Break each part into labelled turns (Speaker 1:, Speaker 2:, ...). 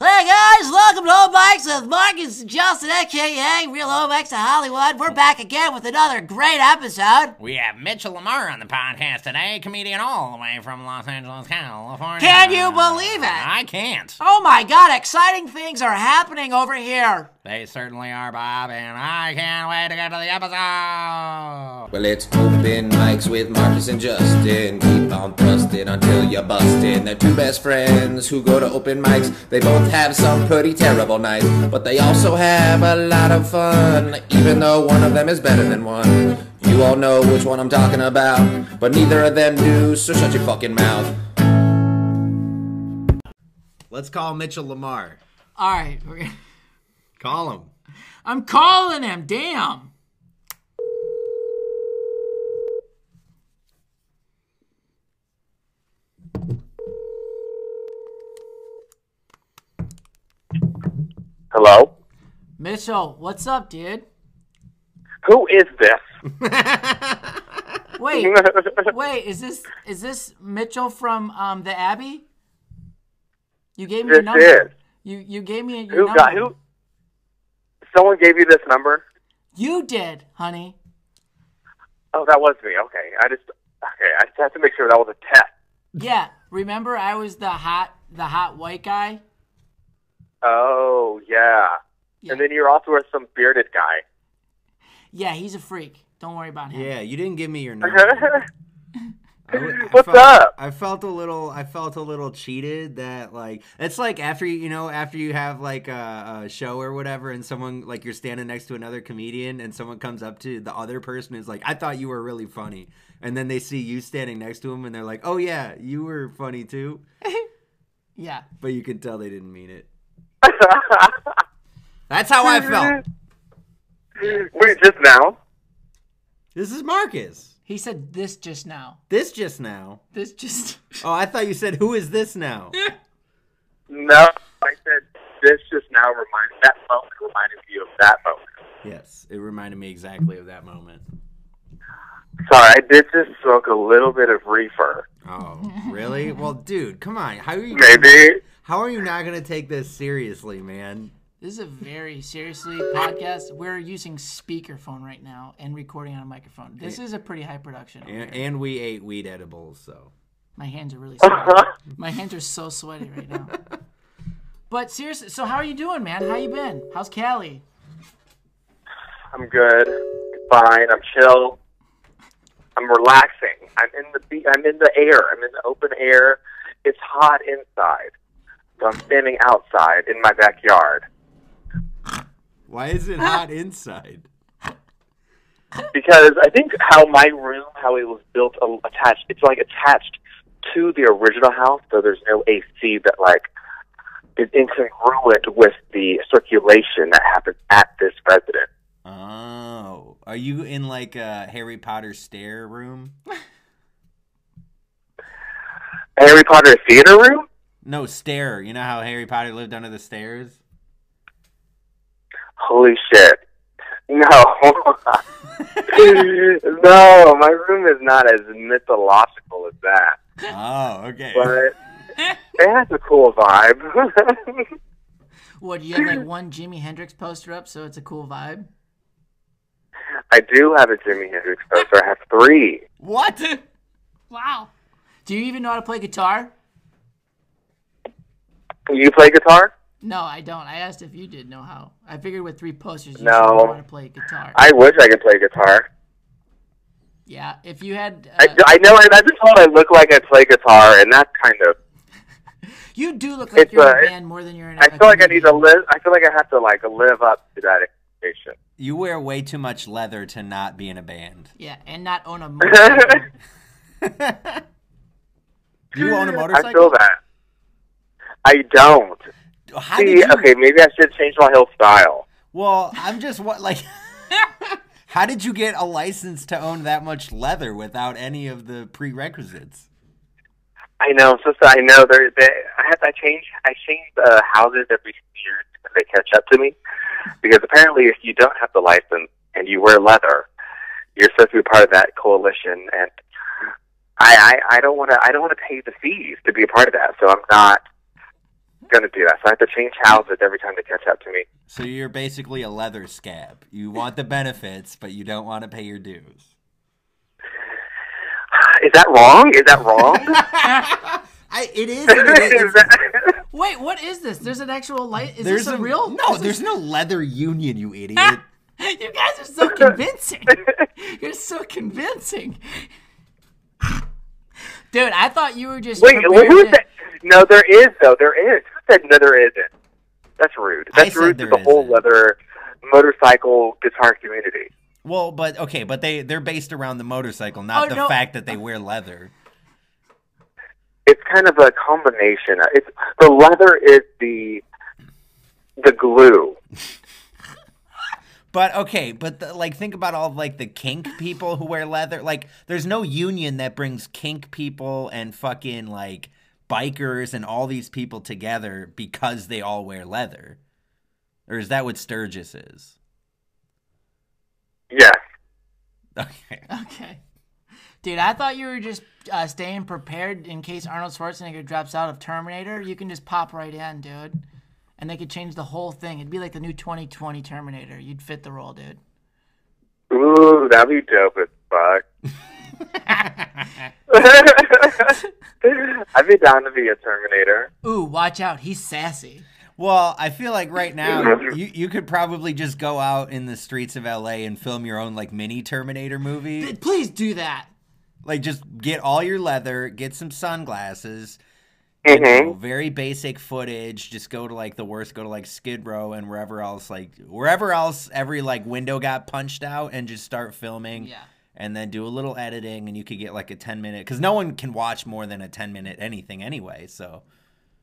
Speaker 1: Hey guys, welcome to Home Mics with Marcus and Justin, aka Real Home Mics of Hollywood. We're back again with another great episode.
Speaker 2: We have Mitchell Lamar on the podcast today, comedian all the way from Los Angeles, California.
Speaker 1: Can you believe it?
Speaker 2: I can't.
Speaker 1: Oh my god, exciting things are happening over here.
Speaker 2: They certainly are, Bob, and I can't wait to get to the episode.
Speaker 3: Well, it's open mics with Marcus and Justin. Keep on thrusting until you're busting. They're two best friends who go to open mics. They both have some pretty terrible nights, but they also have a lot of fun, even though one of them is better than one. You all know which one I'm talking about, but neither of them do, so shut your fucking mouth.
Speaker 4: Let's call Mitchell Lamar.
Speaker 1: All right, we're gonna-
Speaker 4: Call him.
Speaker 1: I'm calling him. Damn.
Speaker 5: Hello?
Speaker 1: Mitchell, what's up, dude?
Speaker 5: Who is this?
Speaker 1: Wait, wait, is this is this Mitchell from um the Abbey? You gave me your
Speaker 5: This
Speaker 1: number.
Speaker 5: is.
Speaker 1: You you gave me your
Speaker 5: who
Speaker 1: number.
Speaker 5: got who? Someone gave you this number?
Speaker 1: You did, honey.
Speaker 5: Oh, that was me. Okay. I just okay, I just have to make sure that was a test.
Speaker 1: Yeah, remember I was the hot the hot white guy?
Speaker 5: Oh, yeah.
Speaker 1: Yeah.
Speaker 5: And then you're also with some bearded guy.
Speaker 1: Yeah, he's a freak. Don't worry about him.
Speaker 4: Yeah, you didn't give me your number. I w- I
Speaker 5: What's
Speaker 4: felt-
Speaker 5: up?
Speaker 4: I felt a little. I felt a little cheated that like it's like after you know after you have like a, a show or whatever, and someone like you're standing next to another comedian, and someone comes up to the other person is like, "I thought you were really funny," and then they see you standing next to him, and they're like, "Oh yeah, you were funny too,"
Speaker 1: Yeah.
Speaker 4: but you can tell they didn't mean it.
Speaker 5: Wait,
Speaker 4: That's how I felt.
Speaker 5: just now?
Speaker 4: This is Marcus.
Speaker 1: He said this just now.
Speaker 4: This just now.
Speaker 1: This just
Speaker 4: Oh, I thought you said who is this now?
Speaker 5: No. I said this just now reminds that moment reminded you of that moment.
Speaker 4: Yes, it reminded me exactly of that moment.
Speaker 5: Sorry, I did just smoke a little bit of reefer.
Speaker 4: Oh, really? Well, dude, come on. How are you?
Speaker 5: Maybe.
Speaker 4: How are you not gonna take this seriously, man?
Speaker 1: This is a very seriously podcast. We're using speakerphone right now and recording on a microphone. This is a pretty high production. over
Speaker 4: And,
Speaker 1: here.
Speaker 4: and we ate weed edibles, so
Speaker 1: My hands are really sweaty. My hands are so sweaty right now. But seriously, so how are you doing, man? How you been? How's Callie?
Speaker 5: I'm good. I'm fine. I'm chill. I'm relaxing. I'm in the be- I'm in the air. I'm in the open air. It's hot inside. So I'm standing outside in my backyard
Speaker 4: why is it hot inside?
Speaker 5: because I think how my room, how it was built, a- attached. It's like attached to the original house, so there's no AC that like is incongruent with the circulation that happens at this residence.
Speaker 4: Oh, are you in like a Harry Potter stair room?
Speaker 5: Harry Potter theater room?
Speaker 4: No stair. You know how Harry Potter lived under the stairs?
Speaker 5: Holy shit. No. no, my room is not as mythological as that.
Speaker 4: Oh, okay.
Speaker 5: But it has a cool vibe.
Speaker 1: What do you have like one Jimi Hendrix poster up so it's a cool vibe?
Speaker 5: I do have a Jimi Hendrix poster. I have three.
Speaker 4: What?
Speaker 1: Wow. Do you even know how to play guitar?
Speaker 5: You play guitar?
Speaker 1: No, I don't. I asked if you did know how. I figured with three posters, you
Speaker 5: No.
Speaker 1: should know how to play guitar.
Speaker 5: I wish I could play guitar.
Speaker 1: yeah, if you had, uh,
Speaker 5: I, I know I, I've been told I look like I play guitar, and that's kind of.
Speaker 1: you do look like
Speaker 5: it's,
Speaker 1: you're
Speaker 5: uh,
Speaker 1: in a
Speaker 5: it-
Speaker 1: band more than you're in.
Speaker 5: I feel like I need to
Speaker 1: comedian.
Speaker 5: live. I feel like I have to like live up to that expectation.
Speaker 4: You wear way too much leather to not be in a band.
Speaker 1: Yeah, and not own a motorcycle.
Speaker 4: You own a motorcycle?
Speaker 5: I feel that. I don't.
Speaker 4: How did
Speaker 5: See,
Speaker 4: you
Speaker 5: okay, maybe I should change my whole style.
Speaker 4: Well, I'm just what like How did you get a license to own that much leather without any of the prerequisites?
Speaker 5: I know, so I know. They're, they, I have I change I change the houses every year because they catch up to me. Because apparently, if you don't have the license and you wear leather, you're supposed to be part of that coalition. And I I, I don't want to I don't want to pay the fees to be a part of that. So I'm not. gonna do that. So I have to change houses every time they catch up to me.
Speaker 4: So you're basically a leather scab. You want the benefits, but you don't want to pay your dues.
Speaker 5: Is that wrong? Is that wrong?
Speaker 4: I, it is. and it
Speaker 5: Is
Speaker 4: isn't.
Speaker 5: that-
Speaker 1: Wait, what is this? There's an actual light. Is
Speaker 4: There's
Speaker 1: this a,
Speaker 4: a-
Speaker 1: real?
Speaker 4: No,
Speaker 1: is
Speaker 4: there's
Speaker 1: this-
Speaker 4: no leather union, you idiot.
Speaker 1: Ah! You guys are so convincing. You're so convincing. Dude, I thought you were just
Speaker 5: Wait,
Speaker 1: prepared
Speaker 5: who
Speaker 1: to-
Speaker 5: said? No, there is though. There is. Who said no? There isn't. That's rude.
Speaker 4: I
Speaker 5: That's
Speaker 4: said
Speaker 5: rude to
Speaker 4: there
Speaker 5: the whole
Speaker 4: isn't.
Speaker 5: leather motorcycle guitar community.
Speaker 4: well, but okay, but they they're based around the motorcycle, not
Speaker 1: Oh,
Speaker 4: the
Speaker 1: no.
Speaker 4: fact that they wear leather.
Speaker 5: it's kind of a combination. It's the leather is the the glue.
Speaker 4: But okay, but the, like think about all of, like the kink people who wear leather. Like there's no union that brings kink people and fucking like bikers and all these people together because they all wear leather. Or is that what Sturgis is?
Speaker 5: Yes.
Speaker 4: Okay.
Speaker 1: Okay. Dude, I thought you were just uh, staying prepared in case Arnold Schwarzenegger drops out of Terminator. You can just pop right in, dude. And they could change the whole thing. It'd be like the new 2020 Terminator. You'd fit the role, dude.
Speaker 5: Ooh, that'd be dope as fuck. I'd be down to be a Terminator.
Speaker 1: Ooh, watch out. He's sassy.
Speaker 4: Well, I feel like right now you, you could probably just go out in the streets of LA and film your own like mini Terminator movie.
Speaker 1: Please do that.
Speaker 4: Like just get all your leather, get some sunglasses, you know,
Speaker 5: Mm-hmm.
Speaker 4: very basic footage. Just go to like the worst. Go to like Skid Row and wherever else, like wherever else, every like window got punched out, and just start filming.
Speaker 1: Yeah.
Speaker 4: And then do a little editing, and you could get like a ten minute because no one can watch more than a ten minute anything anyway. So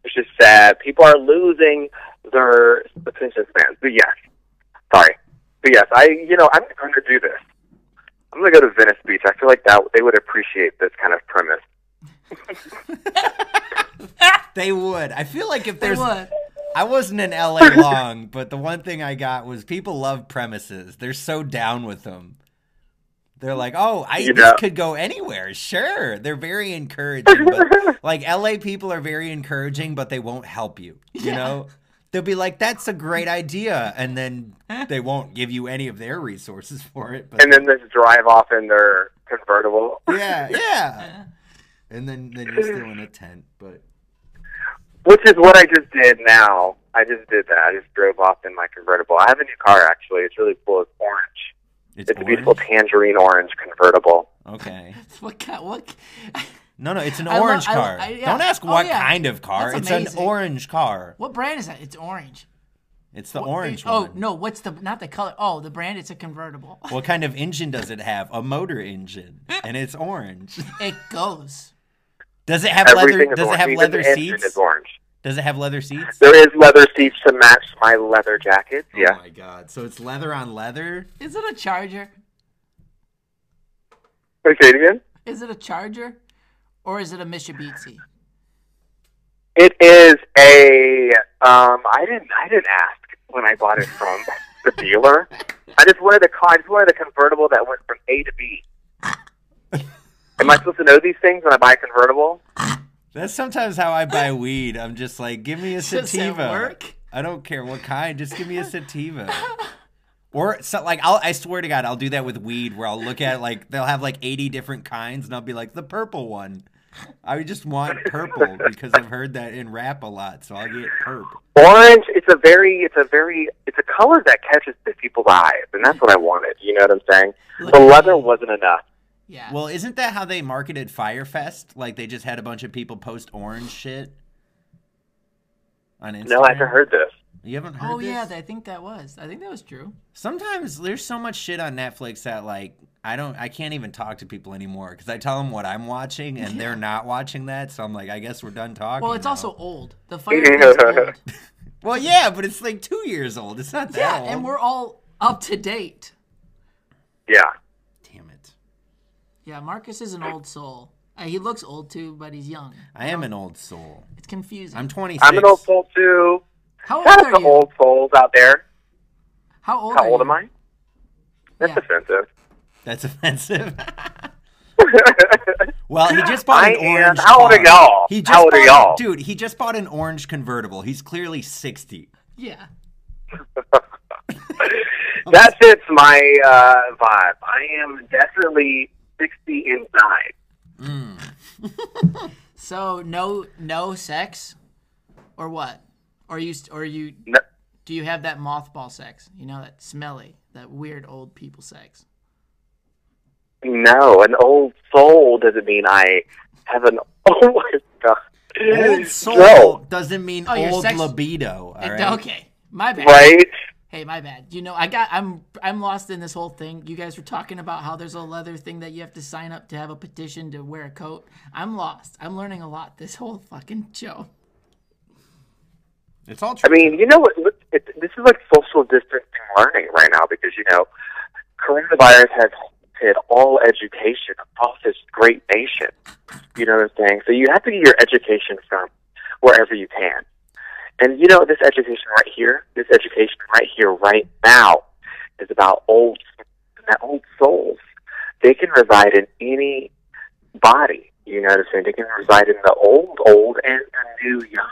Speaker 5: It's just sad. People are losing their attention spans. But yes. Sorry. But yes, I you know, I'm going to do this. I'm gonna go to Venice Beach. I feel like that they would appreciate this kind of premise.
Speaker 4: they would. I feel like if
Speaker 1: They
Speaker 4: there's,
Speaker 1: would.
Speaker 4: I wasn't in LA long, but the one thing I got was people love premises. They're so down with them. They're like, oh, I
Speaker 5: You
Speaker 4: this
Speaker 5: know-
Speaker 4: could go anywhere. Sure, they're very encouraging. But, like LA people are very encouraging, but they won't help you. You know, they'll be like, "That's a great idea," and then they won't give you any of their resources for it. But
Speaker 5: And then this drive off in their convertible.
Speaker 4: yeah, yeah. And then then you're still in a tent, but
Speaker 5: Which is what I just did now. I just did that. I just drove off in my convertible. I have a new car actually. It's really cool. It's orange.
Speaker 4: it's,
Speaker 5: It's a beautiful
Speaker 4: orange?
Speaker 5: tangerine orange convertible.
Speaker 4: Okay.
Speaker 1: What kind? What?
Speaker 4: No, no, it's an
Speaker 1: I lo-
Speaker 4: orange
Speaker 1: I lo-
Speaker 4: car.
Speaker 1: I- yeah.
Speaker 4: Don't ask
Speaker 1: Oh,
Speaker 4: what
Speaker 1: yeah.
Speaker 4: kind of car.
Speaker 1: That's
Speaker 4: it's
Speaker 1: amazing.
Speaker 4: an orange car.
Speaker 1: What brand is that? It's orange.
Speaker 4: It's the
Speaker 1: What-
Speaker 4: orange
Speaker 1: Oh
Speaker 4: one.
Speaker 1: no! What's the not the color? Oh, the brand. It's a convertible.
Speaker 4: What kind of engine does it have? A motor engine, and it's orange.
Speaker 1: It goes.
Speaker 4: Does it have leather?
Speaker 5: Everything is
Speaker 4: Does it
Speaker 5: orange.
Speaker 4: have
Speaker 5: Even
Speaker 4: leather
Speaker 5: the engine
Speaker 4: seats?
Speaker 5: is orange.
Speaker 4: Does it have leather seats?
Speaker 5: There is leather seats to match my leather jacket.
Speaker 4: Oh
Speaker 5: Yeah.
Speaker 4: my god! So it's leather on leather.
Speaker 1: Is it a charger?
Speaker 5: Wait, say it again.
Speaker 1: Is it a charger, or is it a Mitsubishi?
Speaker 5: It is a. Um, I didn't. I didn't ask when I bought it from the dealer. I just wanted a car. I just wanted a convertible that went from A to B. Am I supposed to know these things when I buy a convertible?
Speaker 4: That's sometimes how I buy weed. I'm just like, give me a
Speaker 1: it
Speaker 4: sativa.
Speaker 1: work?
Speaker 4: I don't care what kind. Just give me a sativa. Or so, like I'll, I swear to God, I'll do that with weed where I'll look at like they'll have like 80 different kinds, and I'll be like the purple one. I just want purple because I've heard that in rap a lot, so I'll get purple.
Speaker 5: Orange. It's a very. It's a very. It's a color that catches the people's eyes, and that's what I wanted. You know what I'm saying? The leather wasn't enough.
Speaker 1: Yeah.
Speaker 4: Well, isn't that how they marketed Firefest? Like they just had a bunch of people post orange shit on Instagram.
Speaker 5: No, I haven't heard this.
Speaker 4: You haven't heard.
Speaker 1: oh yeah,
Speaker 4: this?
Speaker 1: I think that was. I think that was true.
Speaker 4: Sometimes there's so much shit on Netflix that like I don't I can't even talk to people anymore because I tell them what I'm watching and they're not watching that. So I'm like, I guess we're done talking.
Speaker 1: Well, it's
Speaker 4: now.
Speaker 1: also old. The fire is old.
Speaker 4: well, yeah, but it's like two years old. It's not that
Speaker 1: Yeah,
Speaker 4: old.
Speaker 1: and we're all up to date.
Speaker 5: Yeah.
Speaker 4: damn it.
Speaker 1: Yeah, Marcus is an old soul. Uh, he looks old too, but he's young.
Speaker 4: I am an old soul.
Speaker 1: It's confusing.
Speaker 4: I'm 26.
Speaker 5: I'm an old soul too.
Speaker 1: How old
Speaker 5: Shout out
Speaker 1: are
Speaker 5: to
Speaker 1: you?
Speaker 5: old souls out there.
Speaker 1: How old?
Speaker 5: How
Speaker 1: are
Speaker 5: old
Speaker 1: you?
Speaker 5: am I? That's
Speaker 1: Yeah.
Speaker 5: offensive.
Speaker 4: That's offensive. Well, he just bought
Speaker 5: I
Speaker 4: an
Speaker 5: am-
Speaker 4: orange.
Speaker 5: how old are
Speaker 4: car.
Speaker 5: y'all?
Speaker 4: He just
Speaker 5: How old
Speaker 4: bought-
Speaker 5: are y'all?
Speaker 4: Dude, he just bought an orange convertible. He's clearly sixty.
Speaker 1: Yeah.
Speaker 5: That fits my uh, vibe. I am definitely 60 inside.
Speaker 1: So no no sex, or what? Or you or you
Speaker 5: No,
Speaker 1: do you have that mothball sex? You know that smelly, that weird old people sex.
Speaker 5: no, an old soul doesn't mean I have an. Oh my god.
Speaker 4: Old soul
Speaker 5: No,
Speaker 4: doesn't mean
Speaker 1: Oh, your
Speaker 4: old
Speaker 1: sex-
Speaker 4: libido. All right?
Speaker 1: Okay, my bad.
Speaker 5: right?
Speaker 1: Hey, my bad. You know I got I'm I'm lost in this whole thing. You guys were talking about how there's a leather thing that you have to sign up to have a petition to wear a coat. I'm lost. I'm learning a lot this whole fucking show.
Speaker 4: It's all
Speaker 5: I
Speaker 4: true.
Speaker 5: mean, you know what? It, this is like social distancing learning right now because you know, coronavirus has hit all education across this great nation. You know what I'm saying? So you have to get your education from wherever you can. And you know, this education right here, this education right here, right now, is about old, that old souls. They can reside in any body. You know what I'm saying? They can reside in the old, old, and the new, young.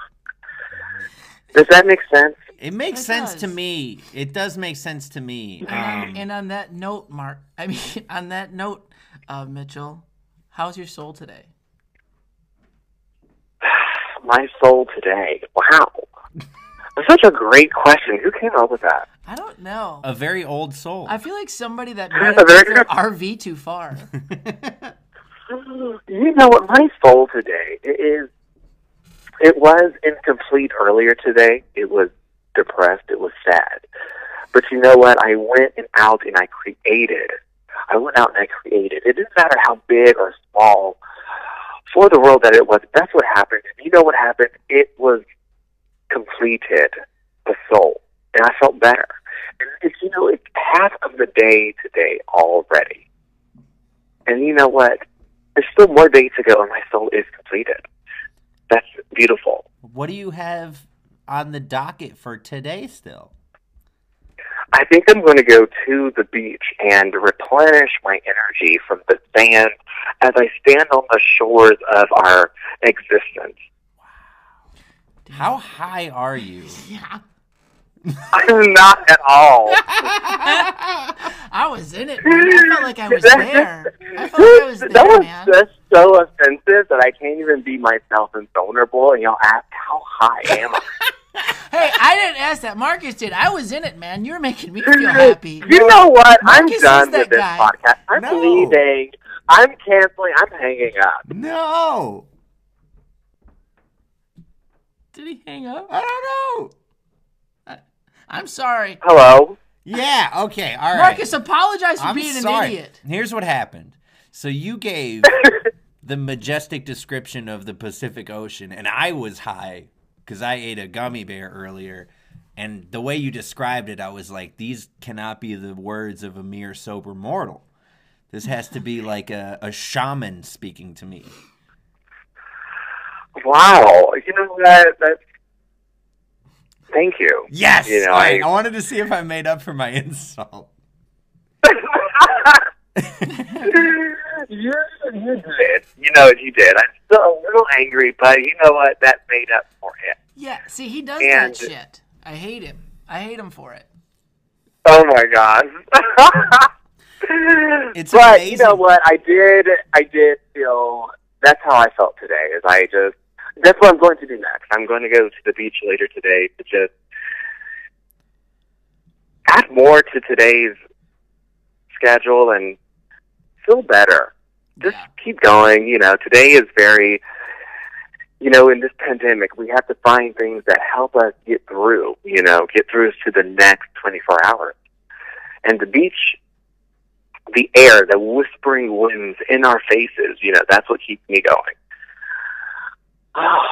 Speaker 5: Does that make sense?
Speaker 4: it makes
Speaker 1: It
Speaker 4: sense to
Speaker 1: does.
Speaker 4: me. It does make sense to me.
Speaker 1: And,
Speaker 4: Um,
Speaker 1: on, and on that note, Mark. I mean, on that note, uh, Mitchell, how's your soul today?
Speaker 5: my soul today? Wow. That's such a great question. Who came up with that?
Speaker 1: I don't know.
Speaker 4: a very old soul.
Speaker 1: I feel like somebody that
Speaker 5: Very
Speaker 1: might have taken
Speaker 5: good.
Speaker 1: their RV too far.
Speaker 5: You know what? My soul today it is. It was incomplete earlier today. It was depressed. It was sad. But you know what? I went and out and I created. I went out and I created. It didn't matter how big or small for the world that it was. That's what happened. And you know what happened? It was completed the soul, and I felt better. And it's you know it's half of the day today already. And you know what? There's still more day to go, and my soul is completed. That's beautiful.
Speaker 4: what do you have on the docket for today? Still,
Speaker 5: I think I'm going to go to the beach and replenish my energy from the sand as I stand on the shores of our existence.
Speaker 4: how high are you?
Speaker 1: yeah.
Speaker 5: I'm not at all.
Speaker 1: I was in it. Man. I felt like I was there. I felt like I was there,
Speaker 5: that was
Speaker 1: man.
Speaker 5: just so offensive that I can't even be myself and vulnerable. And y'all ask, how high am I?
Speaker 1: Hey, I didn't ask that. Marcus did. I was in it, man. You're making me feel happy.
Speaker 5: You know what? I'm
Speaker 1: Marcus is
Speaker 5: done
Speaker 1: that
Speaker 5: with this
Speaker 1: guy.
Speaker 5: podcast. I'm
Speaker 4: No.
Speaker 5: leaving. I'm canceling. I'm hanging up.
Speaker 4: No,
Speaker 1: Did he hang
Speaker 4: I
Speaker 1: up?
Speaker 4: don't know.
Speaker 1: I'm sorry.
Speaker 5: Hello.
Speaker 4: Yeah. Okay. All right.
Speaker 1: Marcus, apologize for
Speaker 4: I'm
Speaker 1: being
Speaker 4: sorry.
Speaker 1: an idiot.
Speaker 4: Here's what happened. So you gave the majestic description of the Pacific Ocean, and I was high because I ate a gummy bear earlier. And the way you described it, I was like, these cannot be the words of a mere sober mortal. This has to be like a, a shaman speaking to me.
Speaker 5: Wow. You know what? That's... Thank you.
Speaker 4: Yes!
Speaker 5: You know,
Speaker 4: All right,
Speaker 5: I-
Speaker 4: I wanted to see if I made up for my insult.
Speaker 5: you, you did. You know what you did. I'm still a little angry, but you know what? That made up for it.
Speaker 1: Yeah. See, he does
Speaker 5: And-
Speaker 1: that shit. I hate him. I hate him for it.
Speaker 5: Oh my god.
Speaker 4: It's
Speaker 5: but you
Speaker 4: amazing.
Speaker 5: know what? I did. I did feel. That's how I felt today. Is I just. That's what I'm going to do next. I'm going to go to the beach later today to just add more to today's schedule and feel better. Just
Speaker 1: Yeah.
Speaker 5: keep going. You know, today is very, you know, in this pandemic, we have to find things that help us get through, you know, get through to the next 24 hours. And the beach, the air, the whispering winds in our faces, you know, that's what keeps me going.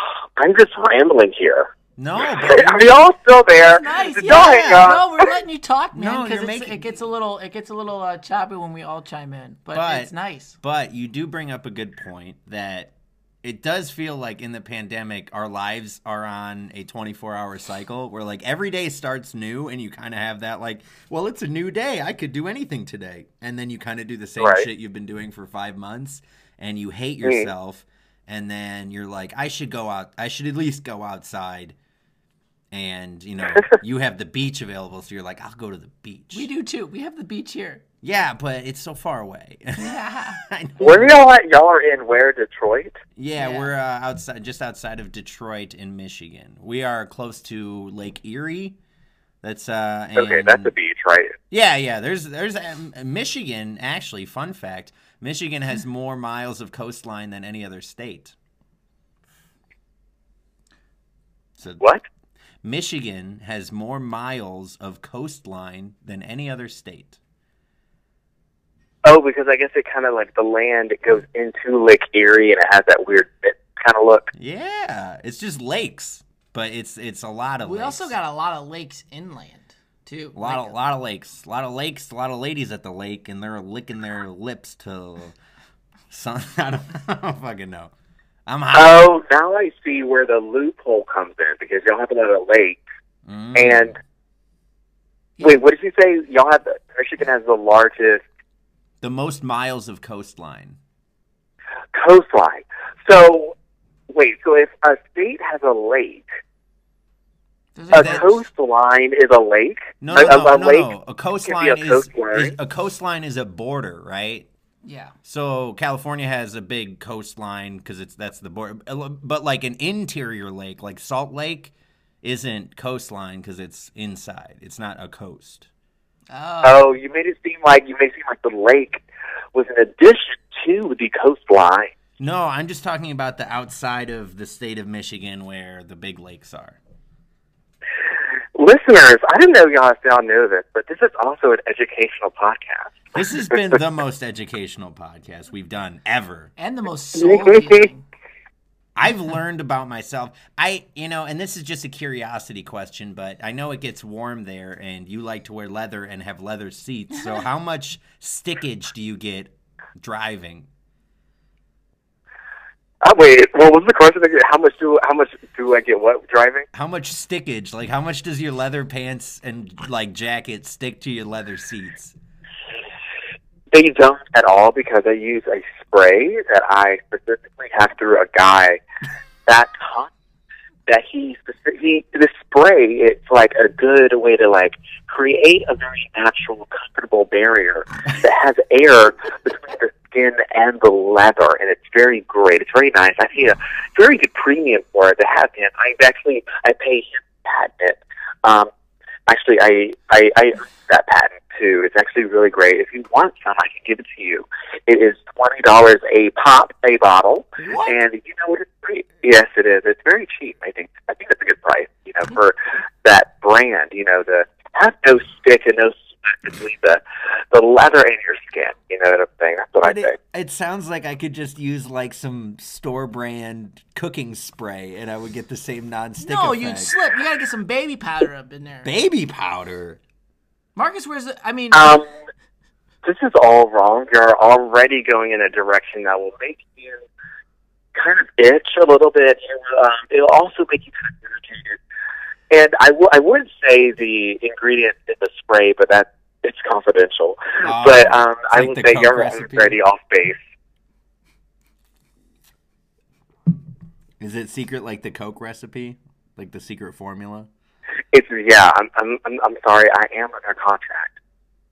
Speaker 5: I'm just rambling here.
Speaker 4: No, but
Speaker 5: Are y'all still there?
Speaker 1: Nice.
Speaker 5: Don't
Speaker 1: Yeah.
Speaker 5: hang up.
Speaker 1: No, we're letting you talk,
Speaker 4: No,
Speaker 1: man,
Speaker 4: you're
Speaker 1: because
Speaker 4: making-
Speaker 1: it gets a little it gets a little uh, choppy when we all chime in. But,
Speaker 4: But-
Speaker 1: it's nice.
Speaker 4: But you do bring up a good point that it does feel like in the pandemic, our lives are on a 24 hour cycle where like every day starts new and you kind of have that like, well, it's a new day. I could do anything today. And then you kind of do the same
Speaker 5: Right.
Speaker 4: shit you've been doing for five months. and you hate yourself and then you're like I should go out I should at least go outside and you know you have the beach available so you're like I'll go to the beach.
Speaker 1: We do too. We have the beach here.
Speaker 4: Yeah, but it's so far away. I know.
Speaker 5: Where y'all at? Y'all are in where? Detroit?
Speaker 4: Yeah,
Speaker 1: Yeah.
Speaker 4: we're uh, outside, just outside of Detroit in Michigan. We are close to Lake Erie. That's uh. And,
Speaker 5: Okay, that's a beach, right?
Speaker 4: Yeah, yeah. There's there's um, Michigan. Actually, fun fact: Michigan
Speaker 1: Hmm.
Speaker 4: has more miles of coastline than any other state. So
Speaker 5: What?
Speaker 4: Michigan has more miles of coastline than any other state.
Speaker 5: Oh, because I guess it kind of like the land it goes into Lake Erie and it has that weird kind of look.
Speaker 4: Yeah, it's just lakes, but it's it's a lot of.
Speaker 1: We
Speaker 4: lakes.
Speaker 1: also got a lot of lakes inland too.
Speaker 4: A lot,
Speaker 1: Like,
Speaker 4: of, lot of lakes, a lot of lakes, a lot of ladies at the lake, and they're licking their lips till sun. I don't, I don't fucking know. I'm hot.
Speaker 5: Oh, now I see where the loophole comes in because y'all have another lake
Speaker 4: Mm.
Speaker 5: and. Wait, what did you say? Y'all have the, Michigan has the largest
Speaker 4: the most miles of coastline.
Speaker 5: coastline. So, wait. So if a state has a lake,
Speaker 1: there's
Speaker 5: a
Speaker 1: like
Speaker 4: Mm-hmm. That's-
Speaker 5: coastline is a lake.
Speaker 4: No,
Speaker 5: a,
Speaker 4: no, no,
Speaker 5: a, a
Speaker 4: no,
Speaker 5: lake.
Speaker 4: no. A coastline is,
Speaker 5: coastline.
Speaker 4: is a coastline is a border, right?
Speaker 1: yeah.
Speaker 4: So California has a big coastline because it's that's the border. But like an interior lake, like Salt Lake, isn't coastline because it's inside. It's not a coast. Uh,
Speaker 1: Oh,
Speaker 5: Oh, you made it seem like you made it seem like the lake was an addition to the coastline.
Speaker 4: No, I'm just talking about the outside of the state of Michigan where the big lakes are.
Speaker 5: Listeners, I didn't know y'all y'all knew this, but this is also an educational podcast.
Speaker 4: This has been the most educational podcast we've done ever.
Speaker 1: and the most soul giving.
Speaker 4: I've learned about myself. I, you know, and this is just a curiosity question, but I know it gets warm there and you like to wear leather and have leather seats. So, how much stickage do you get driving?
Speaker 5: I Uh, wait. What was the question? again? How much do how much do I get? What driving?
Speaker 4: How much stickage? Like, how much does your leather pants and like jacket stick to your leather seats?
Speaker 5: They don't at all because I use a spray that I specifically have through a guy that con- that he speci- he the spray. It's like a good way to like create a very natural, comfortable barrier that has air between the skin and the leather, and it's very great. It's very nice. I pay a very good premium for it. The hat pin. I actually I pay him patent. Um, actually, I I, I own that patent too. It's actually really great. If you want some, I can give it to you. It is twenty dollars a pop a bottle, and you know what? It's pretty. Yes, it is. It's very cheap. I think I think that's a good price. You know, for that brand. You know, the have no stick and no sweat between the the leather and your skin. You know what I'm saying? That's what I
Speaker 4: But
Speaker 5: say.
Speaker 4: it, it sounds like I could just use like some store brand cooking spray and I would get the same non stick
Speaker 1: No,
Speaker 4: effect.
Speaker 1: you'd slip. You gotta get some baby powder up in there.
Speaker 4: Baby powder.
Speaker 1: Marcus wears. the- I mean,
Speaker 5: Um, this is all wrong. You're already going in a direction that will make you kind of itch a little bit. You, um, it'll also make you kind of irritated. And I w- I would say the ingredient in the spray, but that it's confidential.
Speaker 4: Oh,
Speaker 5: but um, I
Speaker 4: like
Speaker 5: would
Speaker 4: the
Speaker 5: say
Speaker 4: Coke
Speaker 5: you're
Speaker 4: recipe?
Speaker 5: already off base.
Speaker 4: Is it secret like the Coke recipe? Like the secret formula?
Speaker 5: It's yeah. I'm I'm I'm, I'm sorry. I am under contract.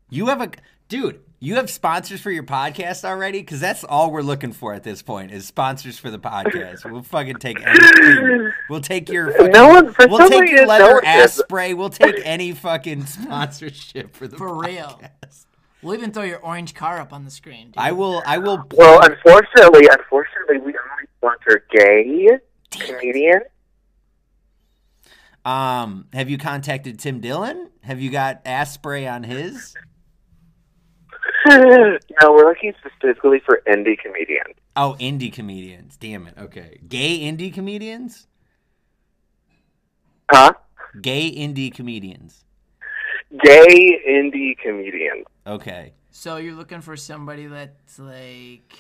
Speaker 4: You have a dude, you have sponsors for your podcast already? Because that's all we're looking for at this point is sponsors for the podcast. we'll fucking take anything. We'll take your fucking,
Speaker 5: No one for
Speaker 4: we'll
Speaker 5: some
Speaker 4: take your
Speaker 5: reason,
Speaker 4: leather
Speaker 5: no one
Speaker 4: ass
Speaker 5: is.
Speaker 4: spray. We'll take any fucking sponsorship for the
Speaker 1: For real.
Speaker 4: podcast.
Speaker 1: we'll even throw your orange car up on the screen. Dude.
Speaker 4: I will. I will.
Speaker 5: Well, unfortunately, unfortunately, we only sponsor gay comedians.
Speaker 4: Um, have you contacted Tim Dillon? Have you got ass spray on his?
Speaker 5: no, we're looking specifically for indie comedians.
Speaker 4: Oh, indie comedians. Damn it. Okay, gay indie comedians.
Speaker 5: Huh?
Speaker 4: Gay indie comedians.
Speaker 5: Gay indie comedians.
Speaker 4: Okay.
Speaker 1: So you're looking for somebody that's like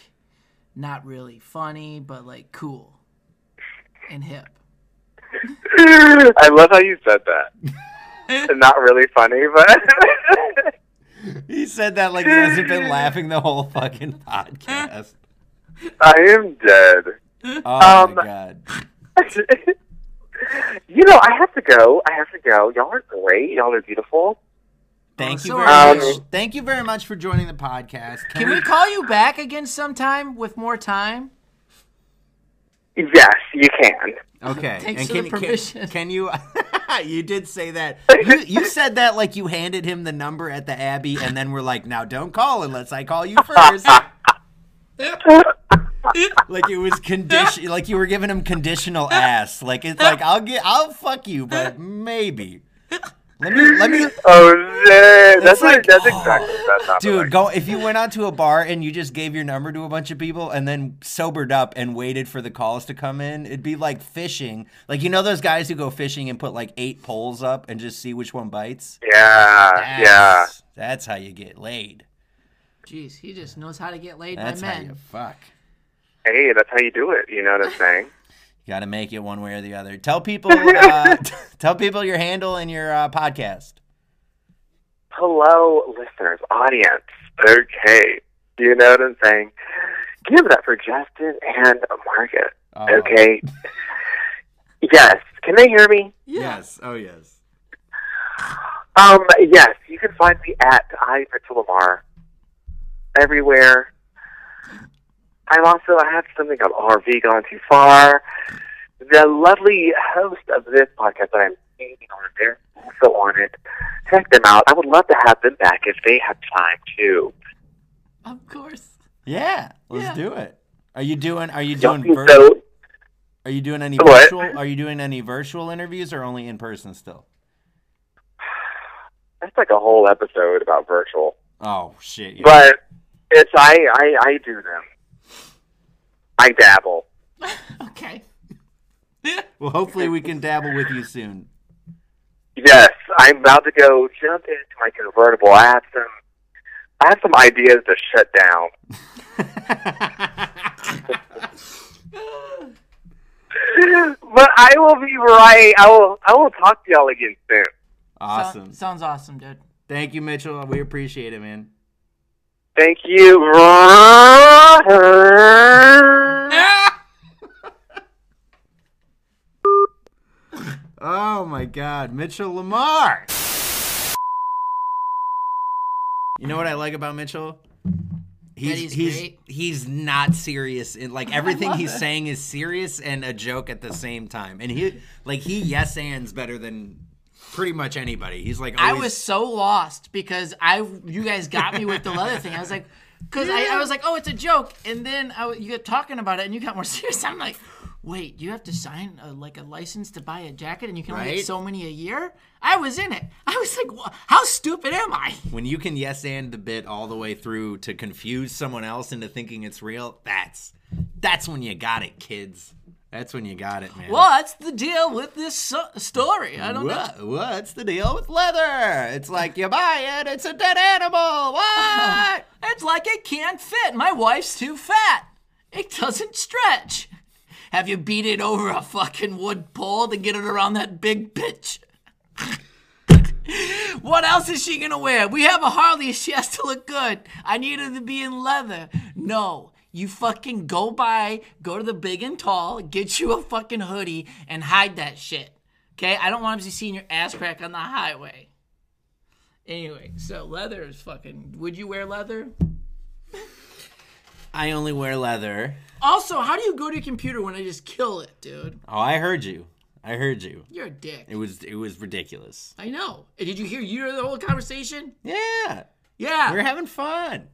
Speaker 1: not really funny, but like cool and hip.
Speaker 5: I love how you said that. Not really funny, but
Speaker 4: He said that like he hasn't been laughing the whole fucking podcast.
Speaker 5: I am dead.
Speaker 4: Oh
Speaker 5: Um,
Speaker 4: my god.
Speaker 5: you know, I have to go. I have to go. Y'all are great. Y'all are beautiful.
Speaker 4: Thank you
Speaker 1: so
Speaker 4: very
Speaker 5: um,
Speaker 4: much. Thank you very much for joining the podcast.
Speaker 1: Can we call you back again sometime with more time?
Speaker 5: Yes, you can.
Speaker 4: Okay.
Speaker 1: Thanks
Speaker 4: and
Speaker 1: for
Speaker 4: can,
Speaker 1: the
Speaker 4: can-
Speaker 1: permission.
Speaker 4: Can, you? you did say that. You, you said that like you handed him the number at the Abbey, and then we're like, now don't call unless I call you first.
Speaker 5: Oh,
Speaker 4: like it was condition. Like you were giving him conditional ass. Like it's like I'll get, I'll fuck you, but maybe. Let me, let me,
Speaker 5: Oh, no. That's, what,
Speaker 4: like-
Speaker 5: that's exactly what that sounded
Speaker 4: Dude,
Speaker 5: like.
Speaker 4: go if you went out to a bar and you just gave your number to a bunch of people and then sobered up and waited for the calls to come in, it'd be like fishing. Like you know those guys who go fishing and put like eight poles up and just see which one bites?
Speaker 5: Yeah, yeah.
Speaker 4: That's- That's how you get laid.
Speaker 1: Jeez, he just knows how to get laid
Speaker 4: That's
Speaker 1: by
Speaker 4: how
Speaker 1: men.
Speaker 4: you fuck.
Speaker 5: Hey, that's how you do it. You know what I'm saying?
Speaker 4: You gotta make it one way or the other. Tell people uh, tell people your handle and your uh, podcast.
Speaker 5: Hello, listeners, audience. Okay. You know what I'm saying? Give it up for Justin and Marcus.
Speaker 4: Oh.
Speaker 5: Okay. yes. Can they hear me?
Speaker 4: Yes. Oh yes.
Speaker 5: Um, yes, you can find me at I Lamar everywhere. I'm also I have something called RV Gone Too Far. The lovely host of this podcast that I'm speaking on, they're also on it. Check them out. I would love to have them back if they have time too.
Speaker 1: Of course.
Speaker 4: Yeah. Let's
Speaker 1: Yeah.
Speaker 4: do it. Are you doing are you
Speaker 5: Y'all
Speaker 4: doing
Speaker 5: can
Speaker 4: virtual?
Speaker 5: go
Speaker 4: Are you doing any
Speaker 5: What?
Speaker 4: virtual? Are you doing any virtual interviews or only in person still?
Speaker 5: that's like a whole episode about virtual.
Speaker 4: Oh shit! yeah.
Speaker 5: But it's I, I I do them. I dabble.
Speaker 1: Okay.
Speaker 4: Well, hopefully we can dabble with you soon.
Speaker 5: Yes, I'm about to go jump into my convertible. I have some, I have some ideas to shut down. but I will be right. I will. I will talk to y'all again soon.
Speaker 4: Awesome.
Speaker 1: Sound- sounds awesome, dude.
Speaker 4: Thank you, Mitchell. We appreciate it, man.
Speaker 5: Thank you.
Speaker 4: Oh my God, Mitchell Lamar. You know what I like about Mitchell? He's
Speaker 1: he's
Speaker 4: he's
Speaker 1: great.
Speaker 4: he's not serious. In like everything
Speaker 1: love
Speaker 4: he's
Speaker 1: it.
Speaker 4: saying is serious and a joke at the same time. And he like he yes ands better than pretty much anybody. He's like
Speaker 1: I
Speaker 4: always-
Speaker 1: was so lost because I you guys got me with the leather thing. I was like, because I, I was like, oh, it's a joke, and then I, w- you got talking about it, and you got more serious. I'm like, wait, you have to sign a, like a license to buy a jacket, and you can only
Speaker 4: Right?
Speaker 1: get so many a year. I was in it. I was like, wha- how stupid am I?
Speaker 4: when you can yes and the bit all the way through to confuse someone else into thinking it's real that's that's when you got it kids that's when you got it man
Speaker 1: What's the deal with this so- story? I
Speaker 2: Oh,
Speaker 1: don't know.
Speaker 4: what, what's the deal with leather? It's like you buy it, it's a dead animal. What?
Speaker 1: It's like it can't fit. My wife's too fat. It doesn't stretch. Have you beat it over a fucking wood pole to get it around that big bitch? what else is she gonna wear? We have a Harley. She has to look good. I need her to be in leather. No. You fucking go by, go to the big and tall, get you a fucking hoodie, and hide that shit. Okay? I don't want to be seeing your ass crack on the highway. Anyway, so leather is fucking. Would you wear leather?
Speaker 4: I only wear leather.
Speaker 1: Also, how do you go to your computer when I just kill it, dude?
Speaker 4: Oh, I heard you. I heard you.
Speaker 1: You're a dick.
Speaker 4: It was it was ridiculous.
Speaker 1: I know. And Did you hear you hear the whole conversation?
Speaker 4: Yeah.
Speaker 1: Yeah.
Speaker 4: We're having fun.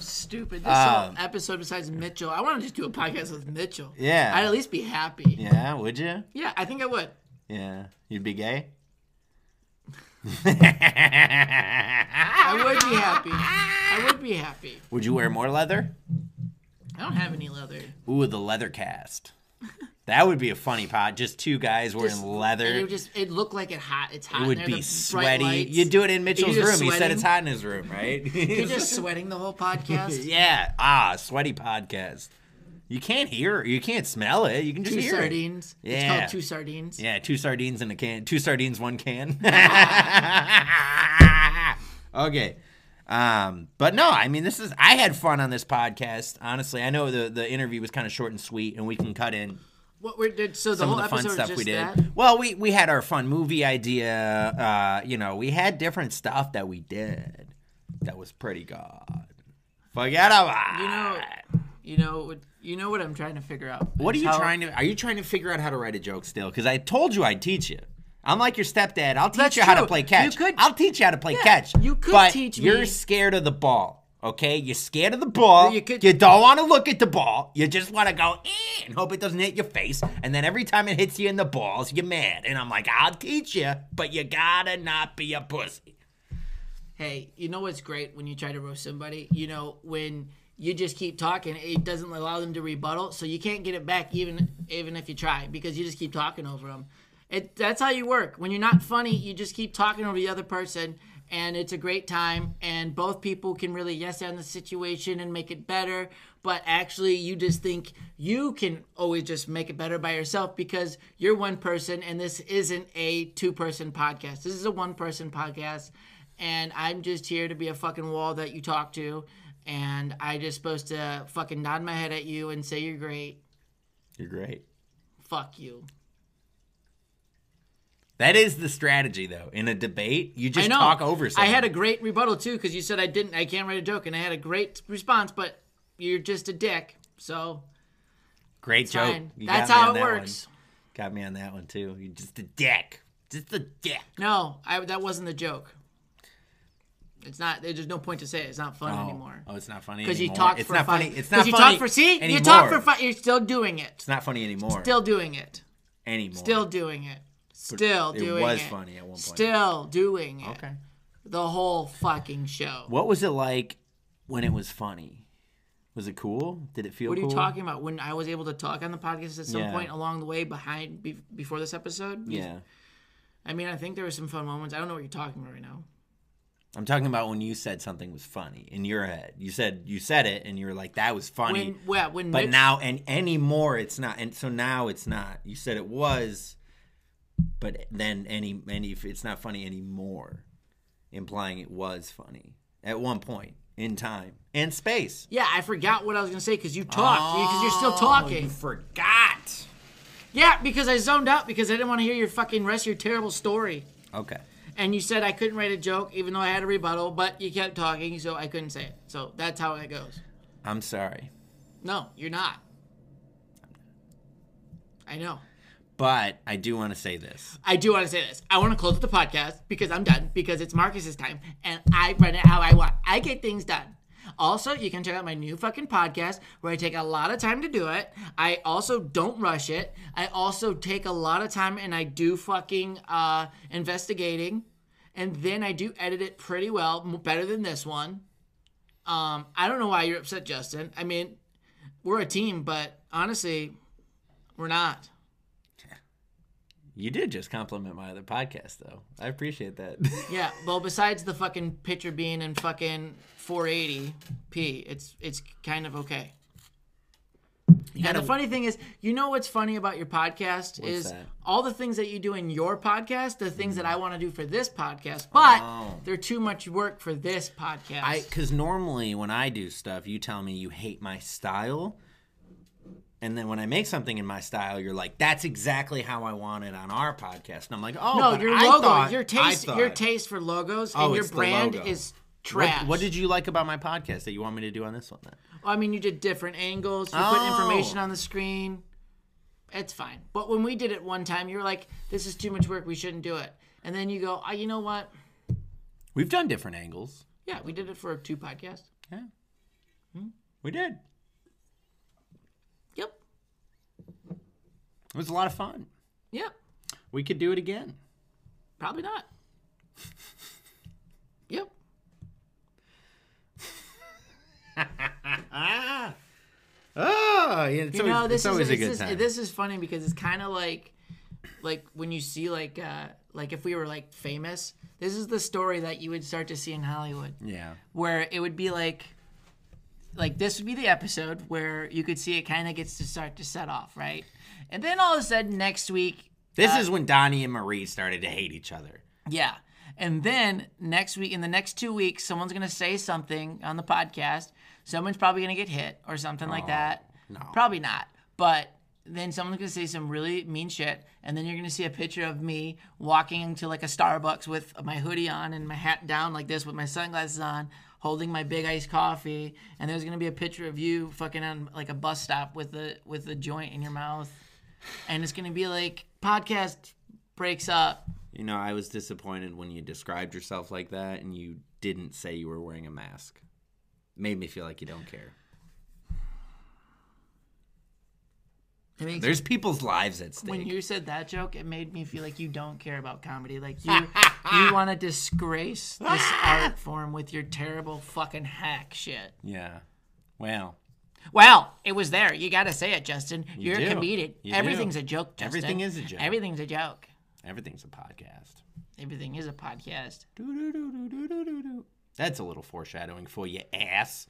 Speaker 1: stupid. This
Speaker 4: Um,
Speaker 1: whole episode, besides Mitchell, I want to just do a podcast with Mitchell.
Speaker 4: Yeah.
Speaker 1: I'd at least be happy. Yeah,
Speaker 4: Yeah, would you?
Speaker 1: I think I would.
Speaker 4: Yeah. You'd be gay?
Speaker 1: I would be happy. I would be happy.
Speaker 4: Would you wear more leather?
Speaker 1: I don't have any leather.
Speaker 4: Ooh, the leather cast. That would be a funny pod. Just two guys wearing
Speaker 1: Just-
Speaker 4: leather.
Speaker 1: And it would
Speaker 4: It,
Speaker 1: just it looked like it hot. It's hot. in
Speaker 4: would
Speaker 1: there, the
Speaker 4: be
Speaker 1: bright
Speaker 4: sweaty.
Speaker 1: lights.
Speaker 4: You do it in Mitchell's
Speaker 1: You're
Speaker 4: room.
Speaker 1: just
Speaker 4: He said it's
Speaker 1: sweating.
Speaker 4: hot in his room, right?
Speaker 1: You're just sweating the whole podcast.
Speaker 4: yeah. Ah, sweaty podcast. You can't hear. You can't smell it. You can just
Speaker 1: Two
Speaker 4: hear it.
Speaker 1: sardines. It's
Speaker 4: Yeah.
Speaker 1: called two sardines.
Speaker 4: Yeah, two sardines in a can. Two sardines, one can. okay.
Speaker 2: Um, but no, I mean, this is I had fun on this podcast. Honestly, I know the the interview was kind of short and sweet, and we can cut in
Speaker 1: What we did so the
Speaker 2: some
Speaker 1: whole
Speaker 2: of the fun
Speaker 1: episode
Speaker 2: stuff
Speaker 1: was
Speaker 2: we
Speaker 1: just
Speaker 2: did.
Speaker 1: that?
Speaker 2: Well, we we had our fun movie idea. Uh, you know, we had different stuff that we did that was pretty good. Forget about.
Speaker 1: You know, you know, what- you know what I'm trying to figure out.
Speaker 2: What are
Speaker 1: is
Speaker 2: you
Speaker 1: how-
Speaker 2: trying to? Are you trying to figure out how to write a joke still? Because I told you I'd teach you. I'm like your stepdad. I'll teach
Speaker 1: That's
Speaker 2: you how to
Speaker 1: true.
Speaker 2: play catch.
Speaker 1: You could-
Speaker 2: I'll teach you how to play
Speaker 1: Yeah,
Speaker 2: catch.
Speaker 1: you could
Speaker 2: but
Speaker 1: teach
Speaker 2: You're
Speaker 1: me.
Speaker 2: scared of the ball. Okay, you're scared of the ball.
Speaker 1: You could-
Speaker 2: don't want to look at the ball. You just want to go "Eh," and hope it doesn't hit your face. And then every time it hits you in the balls, you're mad. And I'm like, I'll teach you, but you gotta not be a pussy.
Speaker 1: Hey, you know what's great when you try to roast somebody? You know when you just keep talking, it doesn't allow them to rebuttal, so you can't get it back even even if you try because you just keep talking over them. It that's how you work. When you're not funny, you just keep talking over the other person. And it's a great time, and both people can really yes and the situation and make it better. But actually, you just think you can always just make it better by yourself because you're one person, and this isn't a two person podcast. This is a one person podcast and I'm just here to be a fucking wall that you talk to, and I just supposed to fucking nod my head at you and say you're great.
Speaker 2: You're great.
Speaker 1: Fuck you.
Speaker 2: That is the strategy, though. In a debate, you just
Speaker 1: I know.
Speaker 2: talk over.
Speaker 1: I
Speaker 2: Someone.
Speaker 1: had a great rebuttal too because you said I didn't. I can't write a joke, and I had a great response, but you're just a dick. So
Speaker 2: great joke.
Speaker 1: fine.
Speaker 2: Oh, You
Speaker 1: That's
Speaker 2: got me
Speaker 1: how
Speaker 2: on
Speaker 1: it
Speaker 2: that one.
Speaker 1: works.
Speaker 2: Got me on that one too. You're just a dick. Just a dick.
Speaker 1: No, I, that wasn't the joke. It's not. There's no point to say it. It's not fun anymore.
Speaker 2: Oh, it's not funny
Speaker 1: Because you
Speaker 2: anymore.
Speaker 1: talk
Speaker 2: it's
Speaker 1: for
Speaker 2: not
Speaker 1: fun.
Speaker 2: funny. It's
Speaker 1: 'Cause
Speaker 2: not
Speaker 1: you
Speaker 2: funny
Speaker 1: talk for see.
Speaker 2: anymore.
Speaker 1: You talk for fun. You're still doing it.
Speaker 2: It's not funny anymore.
Speaker 1: Still doing it.
Speaker 2: anymore.
Speaker 1: Still doing it. Still
Speaker 2: it
Speaker 1: doing it.
Speaker 2: was funny at one point.
Speaker 1: Still doing it.
Speaker 2: Okay.
Speaker 1: The whole fucking show. What,
Speaker 2: What was it like when it was funny? Was it cool? Did it feel?
Speaker 1: are you
Speaker 2: cool?
Speaker 1: talking about? When I was able to talk on the podcast at some
Speaker 2: Yeah.
Speaker 1: point along the way behind be, before this episode?
Speaker 2: Yeah,
Speaker 1: I mean, I think there were some fun moments. I don't know what you're talking about right now.
Speaker 2: I'm talking about when you said something was funny in your head. You said you said it, and you were like, "That was funny."
Speaker 1: When well, when
Speaker 2: but
Speaker 1: Mitch,
Speaker 2: now and anymore, it's not. And so now it's not. You said it was, but then any any it's not funny anymore, implying it was funny at one point in time and space.
Speaker 1: yeah, I forgot what I was gonna say because you talked because you're still
Speaker 2: Oh,
Speaker 1: talking.
Speaker 2: forgot.
Speaker 1: yeah, because I zoned out because I didn't want to hear your fucking rest of your terrible story.
Speaker 2: Okay.
Speaker 1: And you said I couldn't write a joke even though I had a rebuttal, but you kept talking, so I couldn't say it. So that's how it goes.
Speaker 2: I'm sorry.
Speaker 1: No, you're not. I know.
Speaker 2: But I do want to say this.
Speaker 1: I do want to say this. I want to close the podcast because I'm done because it's Marcus's time and I run it how I want. I get things done. Also, you can check out my new fucking podcast where I take a lot of time to do it. I also don't rush it. I also take a lot of time and I do fucking uh, investigating, and then I do edit it pretty well, m- better than this one. Um, I don't know why you're upset, Justin. I mean, we're a team, but honestly, we're not.
Speaker 2: You did just compliment my other podcast, though. I appreciate that.
Speaker 1: Yeah, well, besides the fucking picture being in fucking 480p, it's it's kind of okay. and the funny thing is, you know what's funny about your podcast is
Speaker 2: that? Mm-hmm.
Speaker 1: all the things that you do in your podcast, the things that I want to do for this podcast, but they're too much work for this podcast.
Speaker 2: Oh. I because normally when I do stuff, you tell me you hate my style, and then when I make something in my style, you're like, "That's exactly how I want it on our podcast." And I'm like, "Oh,
Speaker 1: no,
Speaker 2: but
Speaker 1: your
Speaker 2: I
Speaker 1: logo,
Speaker 2: thought-
Speaker 1: your
Speaker 2: I
Speaker 1: taste, your
Speaker 2: thought-
Speaker 1: taste for logos
Speaker 2: Oh,
Speaker 1: and your
Speaker 2: it's the
Speaker 1: brand
Speaker 2: logo.
Speaker 1: is trash.
Speaker 2: What, what did you like about my podcast that you want me to do on this one? Then
Speaker 1: Well, I mean, you did different angles. You put
Speaker 2: Oh.
Speaker 1: information on the screen. It's fine. But when we did it one time, you were like, "This is too much work. We shouldn't do it." And then you go, oh, "You know what?
Speaker 2: we've done different angles.
Speaker 1: Yeah, we did it for two podcasts.
Speaker 2: Yeah, Hmm. we did. It
Speaker 1: Yep,
Speaker 2: was a lot of fun.
Speaker 1: yep.
Speaker 2: We could do it again."
Speaker 1: Probably not. yep.
Speaker 2: Oh, Ah. yeah, it's
Speaker 1: You
Speaker 2: always,
Speaker 1: know, this
Speaker 2: it's
Speaker 1: is
Speaker 2: always a
Speaker 1: it's
Speaker 2: good
Speaker 1: just-
Speaker 2: time.
Speaker 1: This is funny because it's kind of like, like when you see like, uh like if we were like famous, this is the story that you would start to see in Hollywood.
Speaker 2: yeah.
Speaker 1: where it would be like like this would be the episode where you could see it kind of gets to start to set off right and then all of a sudden next week
Speaker 2: This is when Donnie and Marie started to hate each other.
Speaker 1: yeah And then next week, in the next two weeks, someone's going to say something on the podcast. Someone's probably going to get hit or something like that. No. Probably not. But then someone's going to say some really mean shit. And then you're going to see a picture of me walking into like a Starbucks with my hoodie on and my hat down like this with my sunglasses on. Holding my big iced coffee, and there's gonna be a picture of you fucking on like a bus stop with the with a joint in your mouth, and it's gonna be like podcast breaks up.
Speaker 2: You know, I was disappointed when you described yourself like that and you didn't say you were wearing a mask. Made me feel like you don't care.
Speaker 1: It makes
Speaker 2: There's people's lives at stake.
Speaker 1: when you said that joke, it made me feel like you don't care about comedy. Like you, you want to disgrace this art form with your terrible fucking hack shit.
Speaker 2: yeah. Well,
Speaker 1: Well, it was there. You got to say it, Justin. You are
Speaker 2: do.
Speaker 1: a comedian.
Speaker 2: You do.
Speaker 1: Everything's a joke. Justin.
Speaker 2: Everything is a joke.
Speaker 1: Everything's a joke.
Speaker 2: everything's a podcast.
Speaker 1: Everything is a podcast.
Speaker 2: Doo-doo-doo-doo-doo-doo-doo. That's a little foreshadowing for you, ass.